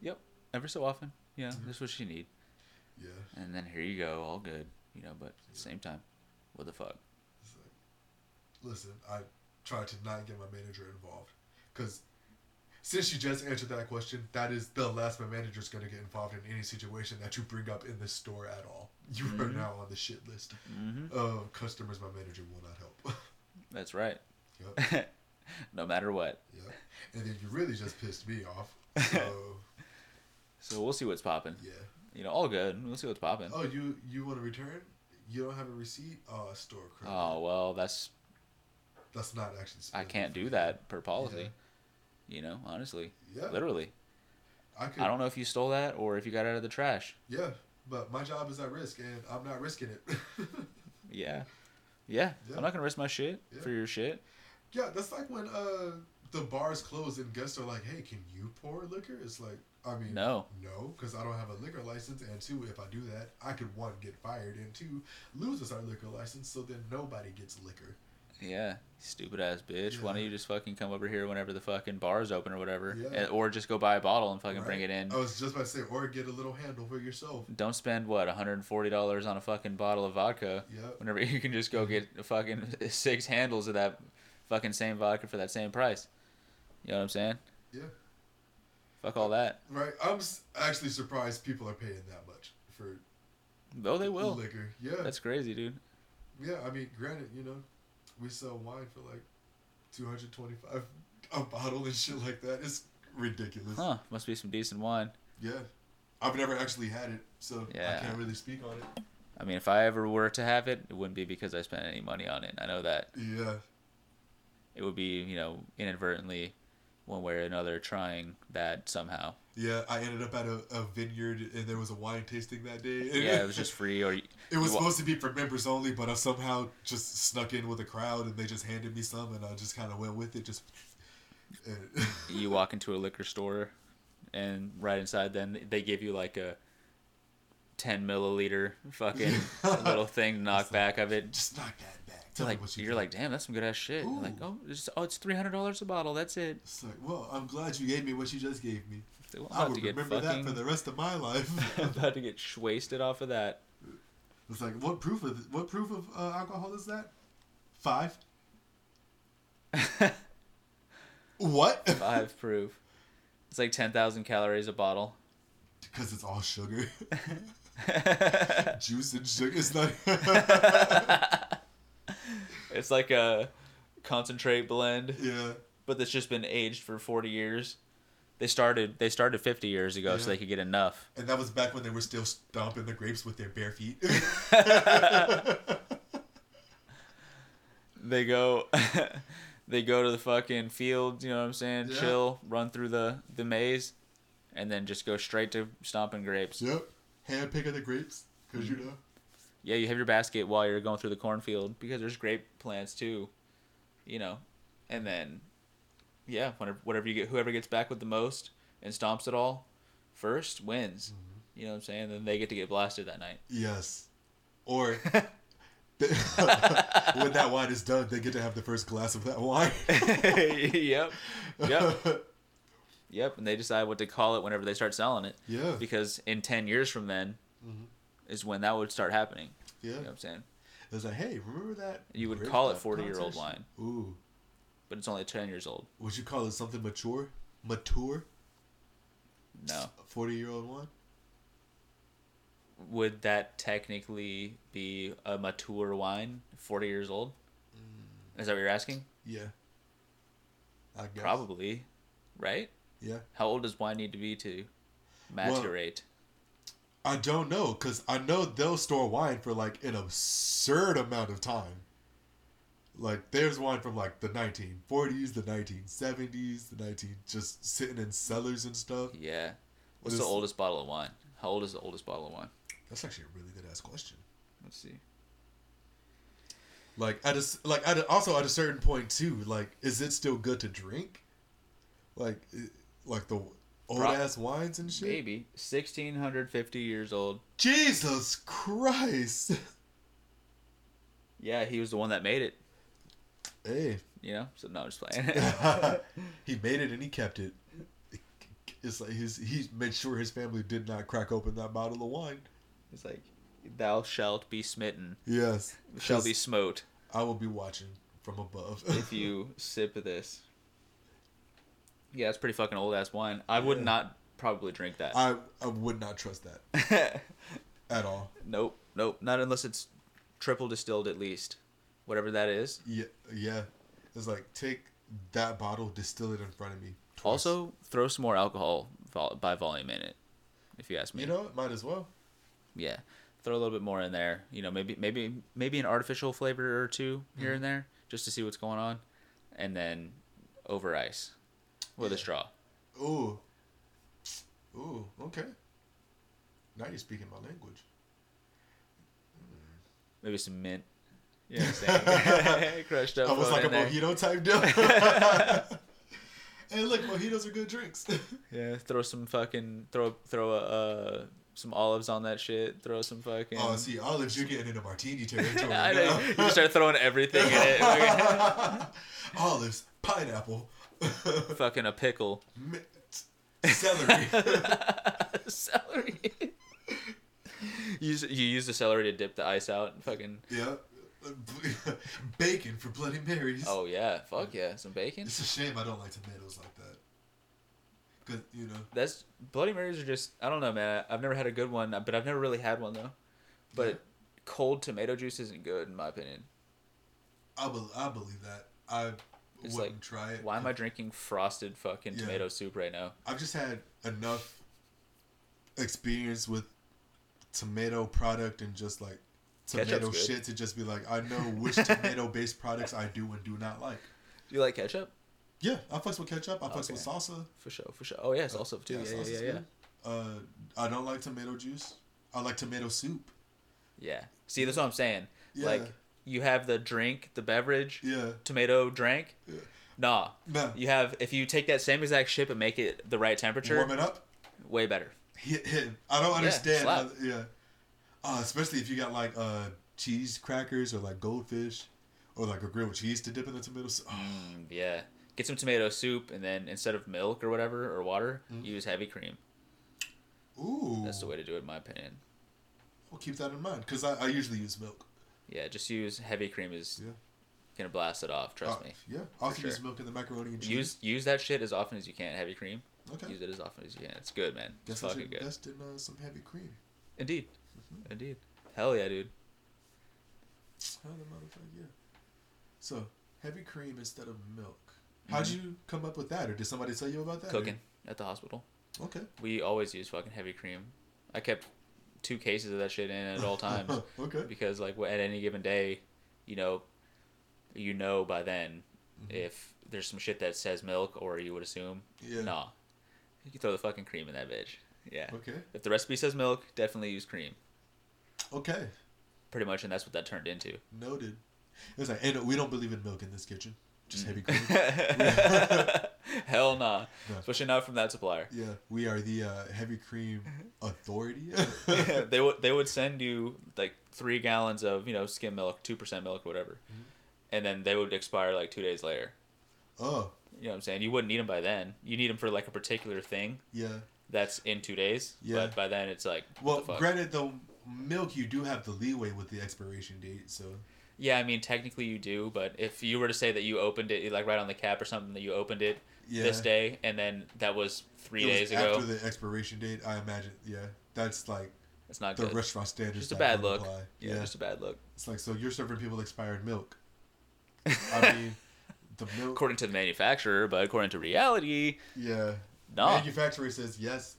B: Yep. Every so often. You know, that's what you need.
A: Yeah.
B: Mm-hmm. And then here you go, all good. You know, but at the same time, what the fuck?
A: It's like, Listen, I tried to not get my manager involved because since you just answered that question, that is the last my manager's going to get involved in any situation that you bring up in this store at all. You are now on the shit list
B: Mm-hmm.
A: of customers my manager will not help.
B: That's right.
A: yep,
B: No matter what.
A: yep. And then you really just pissed me off. So
B: So we'll see what's popping.
A: yeah.
B: You know, all good. We'll see what's popping.
A: Oh, you you want to return? You don't have a receipt? Oh, store credit.
B: Oh well, that's
A: That's not actually.
B: I
A: spendable.
B: can't do that per policy.
A: Yeah.
B: You know, honestly,
A: Yeah.
B: literally, I, could, I don't know if you stole that or if you got out of the trash.
A: Yeah, but my job is at risk, and I'm not risking it.
B: yeah. yeah, I'm not gonna risk my shit
A: Yeah.
B: for your shit.
A: Yeah, that's like when uh the bars close and guests are like, "Hey, can you pour liquor?" It's like, I mean,
B: No.
A: no, because I don't have a liquor license, and two, if I do that, I could one get fired, and two, loses our liquor license, so then nobody gets liquor.
B: Yeah, stupid ass bitch. Why don't
A: Yeah.
B: you just fucking come over here whenever the fucking bar's open or whatever,
A: Yeah.
B: and, or just go buy a bottle and fucking bring
A: Right? Oh.
B: it in.
A: I was just about to say, or get a little handle for yourself.
B: Don't spend what 140 dollars on a fucking bottle of vodka.
A: Yep.
B: Whenever you can just go
A: Mm-hmm.
B: get a fucking six handles of that fucking same vodka for that same price. You know what I'm saying?
A: Yeah.
B: Fuck all that.
A: Right. I'm s- actually surprised people are paying that much for
B: Oh, they will.
A: liquor. Yeah.
B: That's crazy, dude.
A: yeah. I mean, granted, you know, we sell wine for like two hundred twenty-five a bottle and shit like that. It's ridiculous.
B: Huh? Must be some decent wine.
A: Yeah. I've never actually had it, so
B: Yeah.
A: I can't really speak on it.
B: I mean, if I ever were to have it, it wouldn't be because I spent any money on it. I know that.
A: Yeah.
B: It would be, you know, inadvertently, one way or another, trying that somehow.
A: Yeah, I ended up at a, a vineyard and there was a wine tasting that day.
B: Yeah, it was just free, or
A: It was
B: you-
A: supposed to be for members only, but I somehow just snuck in with a crowd and they just handed me some and I just kind of went with it. Just. and-
B: you walk into a liquor store, and right inside, then they give you like a ten milliliter fucking little thing to knock back of it.
A: just knock that back.
B: You're
A: Tell me
B: like
A: what you
B: you're
A: think.
B: like, damn, that's some good ass shit. You're like,
A: Ooh.
B: oh, it's, oh, it's three hundred dollars a bottle. That's it.
A: It's like, well, I'm glad you gave me what you just gave me.
B: It's like, well,
A: I
B: I'm about
A: would
B: to get
A: remember that for
B: fucking,
A: the rest of my life.
B: I'm about to get wasted off of that.
A: it's like, what proof of what proof of uh, alcohol is that? Five. what?
B: Five proof. It's like ten thousand calories a bottle.
A: Because it's all sugar, juice and sugar. It's not.
B: It's like a concentrate blend,
A: yeah.
B: but that's just been aged for forty years. They started they started fifty years ago, so
A: Yeah.
B: they could get enough.
A: And that was back when they were still stomping the grapes with their bare feet.
B: They go, they go to the fucking field. You know what I'm saying?
A: Yeah.
B: Chill, run through the the maze, and then just go straight to stomping grapes.
A: yep. Hand picking the grapes, because you know.
B: Yeah, you have your basket while you're going through the cornfield because there's grape plants too, you know. And then, yeah, whenever, whatever you get, whoever gets back with the most and stomps it all first wins.
A: Mm-hmm.
B: You know what I'm saying? Then they get to get blasted that night.
A: Yes. Or when that wine is done, they get to have the first glass of that wine.
B: yep, yep, yep. And they decide what to call it whenever they start selling it.
A: Yeah. Mm-hmm.
B: Because in ten years from then is when that would start happening.
A: Yeah.
B: You know what I'm saying?
A: It's like, hey, remember that?
B: You would
A: grape
B: call it
A: pop
B: 40 year old wine,
A: competition? Ooh.
B: but it's only ten years old.
A: Would you call it something mature? Mature?
B: No.
A: 40 year old wine?
B: would that technically be a mature wine, forty years old? Is that what you're asking?
A: Yeah. I guess.
B: Probably, right?
A: Yeah.
B: How old does wine need to be to maturate?
A: I don't know, because I know they'll store wine for like an absurd amount of time. Like, there's wine from like the 1940s, the 1970s, the 19, just sitting in cellars and stuff.
B: yeah. What's
A: This-
B: the oldest bottle of wine? How old is the oldest bottle of wine?
A: That's actually a really good ass question.
B: Let's see.
A: Like at a s like at a, also at a certain point too. Like, is it still good to drink? Like, i- like the old ass wines and shit.
B: Maybe sixteen hundred fifty years old.
A: Jesus Christ!
B: Yeah, he was the one that made it.
A: hey,
B: You know, so no, I'm just playing.
A: he made it and he kept it. It's like his he made sure his family did not crack open that bottle of wine.
B: it's like, thou shalt be smitten,
A: Yes,
B: shall be
A: 'cause
B: smote
A: I will be watching from above.
B: if you sip of this. Yeah, it's pretty fucking old ass wine. I would not probably drink that.
A: I I would not trust that at all.
B: nope, nope, not unless it's triple distilled at least, whatever that is.
A: Yeah, yeah. It's like take that bottle, distill it in front of me. twice.
B: Also, throw some more alcohol vol- by volume in it, if you ask me.
A: you know, what? might as well.
B: yeah, throw a little bit more in there. You know, maybe maybe maybe an artificial flavor or two
A: Mm-hmm.
B: here and there, just to see what's going on, and then over ice with a straw.
A: Ooh, Ooh, okay. Now you're speaking my language.
B: Maybe some mint. You know what I'm saying? Crushed up.
A: Almost like
B: going
A: a
B: in there.
A: mojito type deal. hey, look, mojitos are good drinks.
B: Yeah, throw some fucking throw throw a uh, some olives on that shit. Throw some fucking.
A: oh, see, olives, you're getting into martini territory.
B: I know.
A: now.
B: You just start throwing everything in it. Fucking-
A: olives, pineapple,
B: fucking a pickle,
A: mint, celery.
B: celery. Use you use the celery to dip the ice out. And fucking.
A: yeah. Bacon for Bloody Marys.
B: Oh yeah, fuck yeah, some bacon.
A: It's a shame I don't like tomatoes like that. Because, you know,
B: That's Bloody Marys are just I don't know, man. I've never had a good one, but I've never really had one though. But cold tomato juice isn't good in my opinion.
A: I, bel I believe that. I
B: It's
A: wouldn't
B: like,
A: try it.
B: Why am I drinking frosted fucking
A: Yeah.
B: tomato soup right now?
A: I've just had enough experience with tomato product and just like
B: Ketchup's
A: tomato
B: good.
A: shit to just be like, I know which tomato based products I do and do not like.
B: Do you like ketchup?
A: Yeah, I fucks with ketchup. I fucks with
B: Okay.
A: salsa.
B: For sure, for sure. Oh yeah, it's also too. Yeah, yeah,
A: salsa's
B: yeah, yeah,
A: good. Uh, I don't like tomato juice. I like tomato soup.
B: Yeah. See, that's what I'm saying.
A: Yeah.
B: Like you have the drink, the beverage,
A: Yeah.
B: tomato drink. Nah.
A: Nah.
B: You have if you take that same exact ship and make it the right temperature,
A: Warm it up.
B: way better.
A: Hit, hit. I don't understand.
B: slap.
A: how- Yeah. Uh, especially if you got like uh, cheese crackers or like goldfish or like a grilled cheese to dip in the Oh, tomato soup.
B: Mm, yeah. Get some tomato soup and then instead of milk or whatever or water,
A: Mm-hmm.
B: use heavy cream.
A: Ooh.
B: Mm. That's the way to do it in my opinion.
A: Well, keep that in mind because I, I usually use milk.
B: Yeah, just use heavy cream is
A: Yeah.
B: gonna blast it off, trust
A: Uh,
B: me.
A: Yeah, I also use
B: sure.
A: milk in the macaroni and cheese.
B: Use use that shit as often as you can, heavy cream.
A: okay.
B: Use it as often as you can. It's good, man. It's
A: Guess I
B: fucking
A: should
B: good.
A: invest in uh, some heavy cream.
B: Indeed. Indeed. Mm-hmm. Hell yeah, dude.
A: How the motherfucker? Yeah. So heavy cream instead of milk. How'd you come up with that, or did somebody tell you about that?
B: Mm-hmm.
A: or-
B: Cooking at the hospital.
A: Okay.
B: We always use fucking heavy cream. I kept two cases of that shit in at all times
A: okay.
B: because like at any given day, you know, you know by then
A: Mm-hmm.
B: if there's some shit that says milk or you would assume,
A: Yeah.
B: nah, you throw the fucking cream in that bitch. Yeah.
A: Okay.
B: If the recipe says milk, definitely use cream.
A: Okay.
B: Pretty much, and that's what that turned into.
A: Noted. It was like, and we don't believe in milk in this kitchen. Just heavy
B: Mm.
A: cream.
B: Hell nah.
A: No.
B: Especially not from that supplier.
A: yeah, we are the uh, heavy cream authority.
B: they would they would send you like three gallons of you know skim milk, two percent milk, whatever,
A: Mm-hmm.
B: and then they would expire like two days later.
A: oh,
B: You know what I'm saying? You wouldn't need them by then. You need them for like a particular thing
A: yeah.
B: that's in two days.
A: Yeah.
B: But by then it's like well,
A: Well, granted, the milk you do have the leeway with the expiration date, so
B: yeah. I mean, technically you do, but if you were to say that you opened it like right on the cap or something that you opened it
A: yeah.
B: this day and then that was three
A: It was
B: days ago,
A: After the expiration date, I imagine. Yeah, that's like
B: it's not
A: the
B: good.
A: restaurant standards.
B: Just a
A: that
B: bad
A: don't
B: look.
A: apply.
B: Yeah,
A: Yeah,
B: just a bad look.
A: it's like so you're serving people expired milk. I mean, the milk.
B: According to the manufacturer, but according to reality,
A: Yeah.
B: Nah.
A: Manufacturer says yes.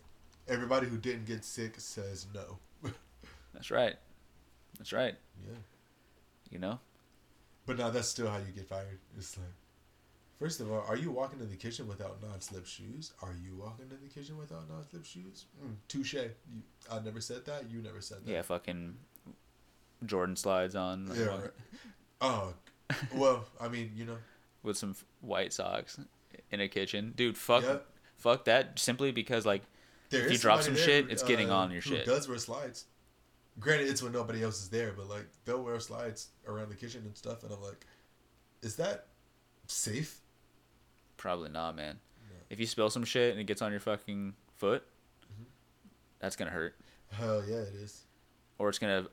A: Everybody who didn't get sick says no.
B: that's right. That's right.
A: Yeah.
B: You know.
A: But now that's still how you get fired. It's like, first of all, are you walking to the kitchen without non-slip shoes? Are you walking to the kitchen without non-slip shoes? Mm, touche. You, I never said that. You never said that.
B: Yeah, fucking Jordan slides on like,
A: Yeah,
B: one-
A: right. Oh, well, I mean, you know,
B: with some f- white socks in a kitchen, dude. Fuck,
A: Yeah.
B: fuck that. Simply because like
A: there
B: If you
A: is
B: drop
A: somebody
B: some
A: there uh,
B: shit, it's getting on your
A: who
B: shit.
A: Does wear slides? Granted, it's when nobody else is there, but like they'll wear slides around the kitchen and stuff, and I'm like, is that safe?
B: probably not, man.
A: No.
B: If you spill some shit and it gets on your fucking foot,
A: Mm-hmm.
B: that's gonna hurt,
A: Hell yeah, it is.
B: or it's gonna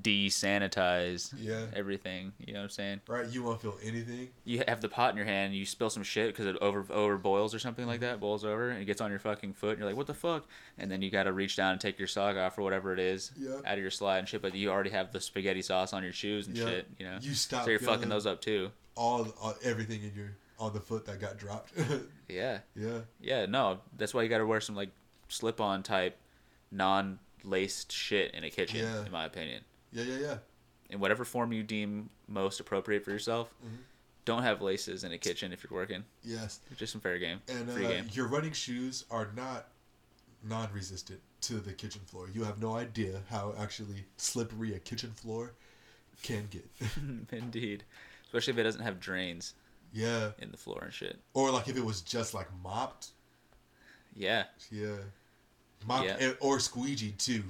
B: desanitize
A: Yeah.
B: everything. You know what I'm saying?
A: Right? You won't feel anything.
B: You have the pot in your hand, you spill some shit because it over over boils or something like that, boils over, and it gets on your fucking foot, and you're like, what the fuck? And then you gotta reach down and take your sock off or whatever it is
A: Yeah.
B: out of your slide and shit, but you already have the spaghetti sauce on your shoes and
A: Yeah.
B: shit, you know.
A: You stop
B: so you're fucking
A: feeling-
B: those up too.
A: all, all everything in your on the foot that got dropped.
B: Yeah,
A: yeah.
B: yeah, no, that's why you gotta wear some like slip-on type, non-laced shit in a kitchen,
A: Yeah.
B: in my opinion.
A: Yeah, yeah, yeah.
B: In whatever form you deem most appropriate for yourself,
A: Mm-hmm.
B: don't have laces in a kitchen if you're working.
A: Yes.
B: Just some fair game,
A: And
B: free
A: uh,
B: game.
A: your running shoes are not non-resistant to the kitchen floor. You have no idea how actually slippery a kitchen floor can get.
B: Indeed. Especially if it doesn't have drains
A: yeah.
B: in the floor and shit.
A: Or like if it was just like mopped.
B: Yeah.
A: Yeah. Mopped
B: Yeah.
A: and- or squeegee too.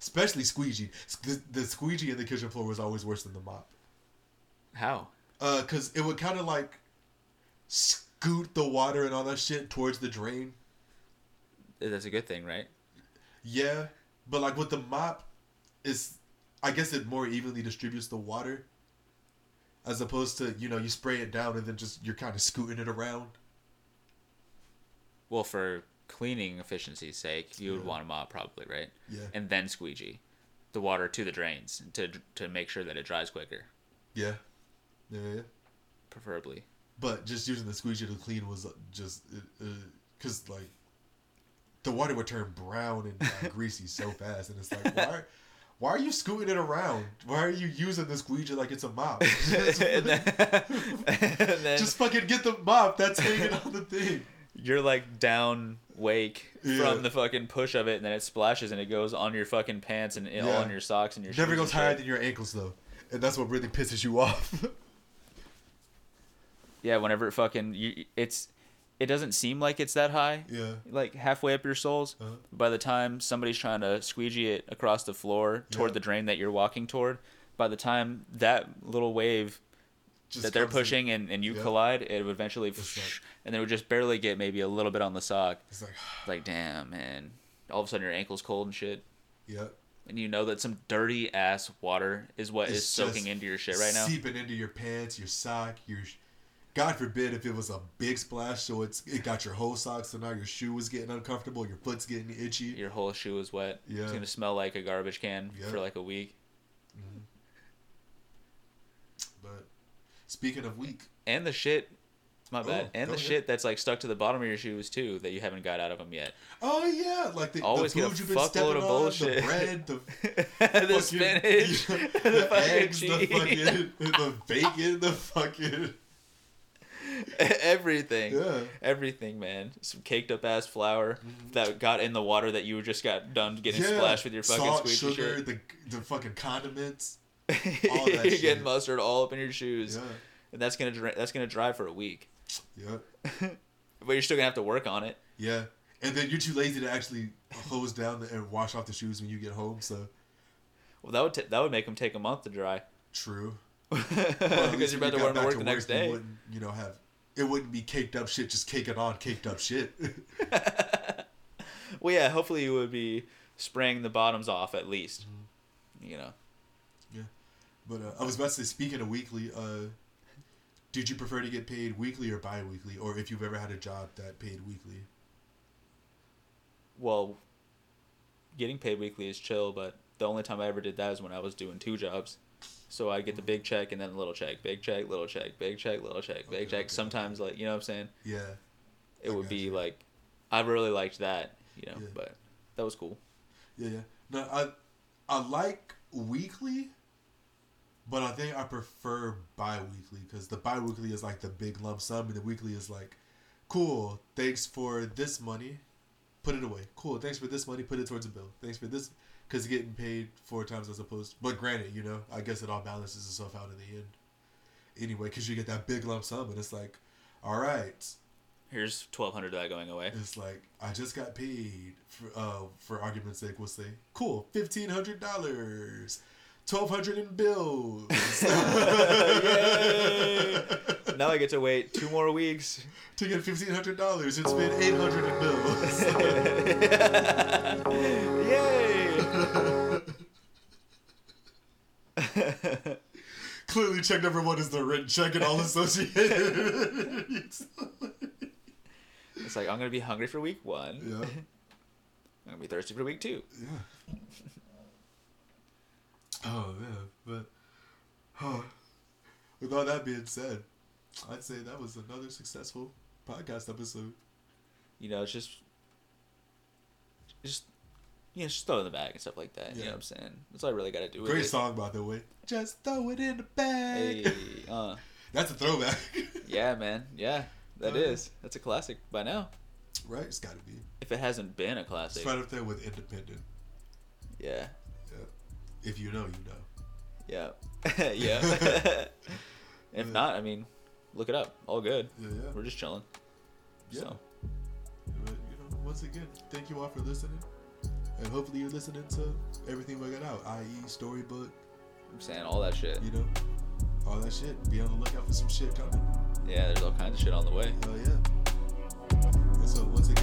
A: Especially squeegee. S- The, the squeegee in the kitchen floor was always worse than the mop.
B: How?
A: Uh, cause it would kind of like scoot the water and all that shit towards the drain.
B: That's a good thing, right?
A: Yeah, but like with the mop, it's I guess it more evenly distributes the water, as opposed to you know you spray it down and then just you're kind of scooting it around.
B: Well, for cleaning efficiency's sake, you would
A: Yeah.
B: want a mop probably, right?
A: Yeah,
B: And then squeegee the water to the drains to to make sure that it dries quicker,
A: yeah, yeah. yeah.
B: preferably.
A: But just using the squeegee to clean was uh, just because like the water would turn brown and like, greasy so fast, and it's like why. Why are you scooting it around? Why are you using the squeegee like it's a mop?
B: and then, and then
A: just fucking get the mop that's hanging on the thing.
B: you're like down wake
A: Yeah.
B: from the fucking push of it, and then it splashes and it goes on your fucking pants and it-
A: Yeah.
B: all on your socks and your
A: Never
B: shoes
A: goes
B: and
A: higher
B: shit.
A: than your ankles though, and that's what really pisses you off.
B: Yeah, whenever it fucking you, it's it doesn't seem like it's that high.
A: yeah,
B: Like halfway up your soles,
A: Uh-huh.
B: by the time somebody's trying to squeegee it across the floor toward
A: Yeah.
B: the drain that you're walking toward, by the time that little wave
A: just
B: that they're
A: comes in.
B: pushing and, and you
A: Yeah.
B: collide, it would eventually,
A: like-
B: and then it would just barely get maybe a little bit on the sock.
A: It's like,
B: Like, damn, man. All of a sudden your ankle's cold and shit.
A: yeah,
B: And you know that some dirty ass water is what is
A: It's
B: soaking
A: just
B: into your shit right now.
A: seeping into your pants, your sock, your. sh- God forbid if it was a big splash, so it's it got your whole sock, so now your shoe is getting uncomfortable, your foot's getting itchy.
B: Your whole shoe is wet. It's
A: Yeah.
B: going to smell like a garbage can
A: Yeah.
B: for like a week.
A: But speaking of weak,
B: And the shit. My bad.
A: Oh,
B: and
A: go
B: the
A: ahead.
B: shit that's like stuck to the bottom of your shoes too that you haven't got out of them yet.
A: oh yeah, like the,
B: Always
A: the
B: get a
A: food you've been
B: fuckload
A: stepping
B: of
A: on,
B: bullshit.
A: the bread, the
B: the
A: fucking-
B: spinach,
A: yeah,
B: the, fucking
A: eggs, the
B: cheese,
A: fucking the bacon, the fucking
B: everything.
A: yeah. Mm-hmm.
B: Everything, man. Some caked up ass flour that got in the water that you just got done getting splashed with your fucking
A: salt,
B: squeegee
A: sugar,
B: shit.
A: the the fucking condiments. all that
B: You're getting
A: shit.
B: mustard all up in your shoes,
A: Yeah,
B: and that's gonna dry, that's gonna dry for a week.
A: yeah,
B: But you're still gonna have to work on it.
A: yeah. And then you're too lazy to actually hose down the, and wash off the shoes when you get home. So
B: Well, that would t- that would make them take a month to dry
A: true. Or at
B: because
A: least
B: you're
A: when
B: about to
A: got
B: wear 'em to
A: back
B: work the next
A: You
B: day.
A: wouldn't, you know, have it wouldn't be caked up shit. Just caking on caked up shit.
B: Well, yeah. Hopefully, you would be spraying the bottoms off at least. You know,
A: but uh, I was about to say, speaking of weekly, uh, did you prefer to get paid weekly or bi-weekly, or if you've ever had a job that paid weekly?
B: well, getting paid weekly is chill, but the only time I ever did that is when I was doing two jobs. So I'd get the big check and then a little check, big check, little check, big check, little check, big
A: Okay,
B: check.
A: okay.
B: Sometimes, like you know what I'm saying,
A: Yeah,
B: it
A: I
B: would
A: got
B: be
A: you.
B: like, I really liked that, you know.
A: Yeah.
B: But that was cool.
A: yeah, yeah. No, I I like weekly, but I think I prefer bi-weekly because the bi-weekly is like the big lump sum, and the weekly is like, cool, thanks for this money, put it away. Cool, thanks for this money, put it towards a bill. Thanks for this, because getting paid four times as opposed. But granted, you know, I guess it all balances itself out in the end. Anyway, because you get that big lump sum, and it's like, all right,
B: Here's twelve hundred that going away.
A: it's like I just got paid for uh for argument's sake. We'll say cool, fifteen hundred dollars, twelve hundred in bills
B: Yay! now I get to wait two more weeks.
A: to get fifteen hundred dollars and spend eight hundred in bills.
B: Yay!
A: Clearly, check number one is the rent check and all associated.
B: It's like I'm gonna be hungry for week one.
A: yeah,
B: I'm gonna be thirsty for week two.
A: yeah. Oh man, but huh. with all that being said, I'd say that was another successful podcast episode.
B: You know, it's just, just, you know, just throw it in the bag and stuff like that. You know
A: Yeah.
B: what I'm saying? That's all I really gotta do. With
A: Great
B: it.
A: song, by the way. Just throw it in the bag.
B: Hey, uh,
A: That's a throwback,
B: yeah, man. Yeah, that
A: Uh,
B: is. That's a classic by now.
A: right? It's got to be.
B: If if it hasn't been a classic.
A: It's right up there with Independent.
B: Yeah.
A: Yeah. If you know, you know.
B: Yeah. yeah. if not, I mean, look it up. All good.
A: Yeah, yeah.
B: We're just chilling.
A: Yeah.
B: So
A: But, you know, once again, thank you all for listening. And hopefully you're listening to everything we got out, i.e. storybook,
B: I'm saying all that shit.
A: you know, all that shit. Be on the lookout for some shit coming.
B: Yeah, there's all kinds of shit on the way.
A: Hell yeah. And so once again,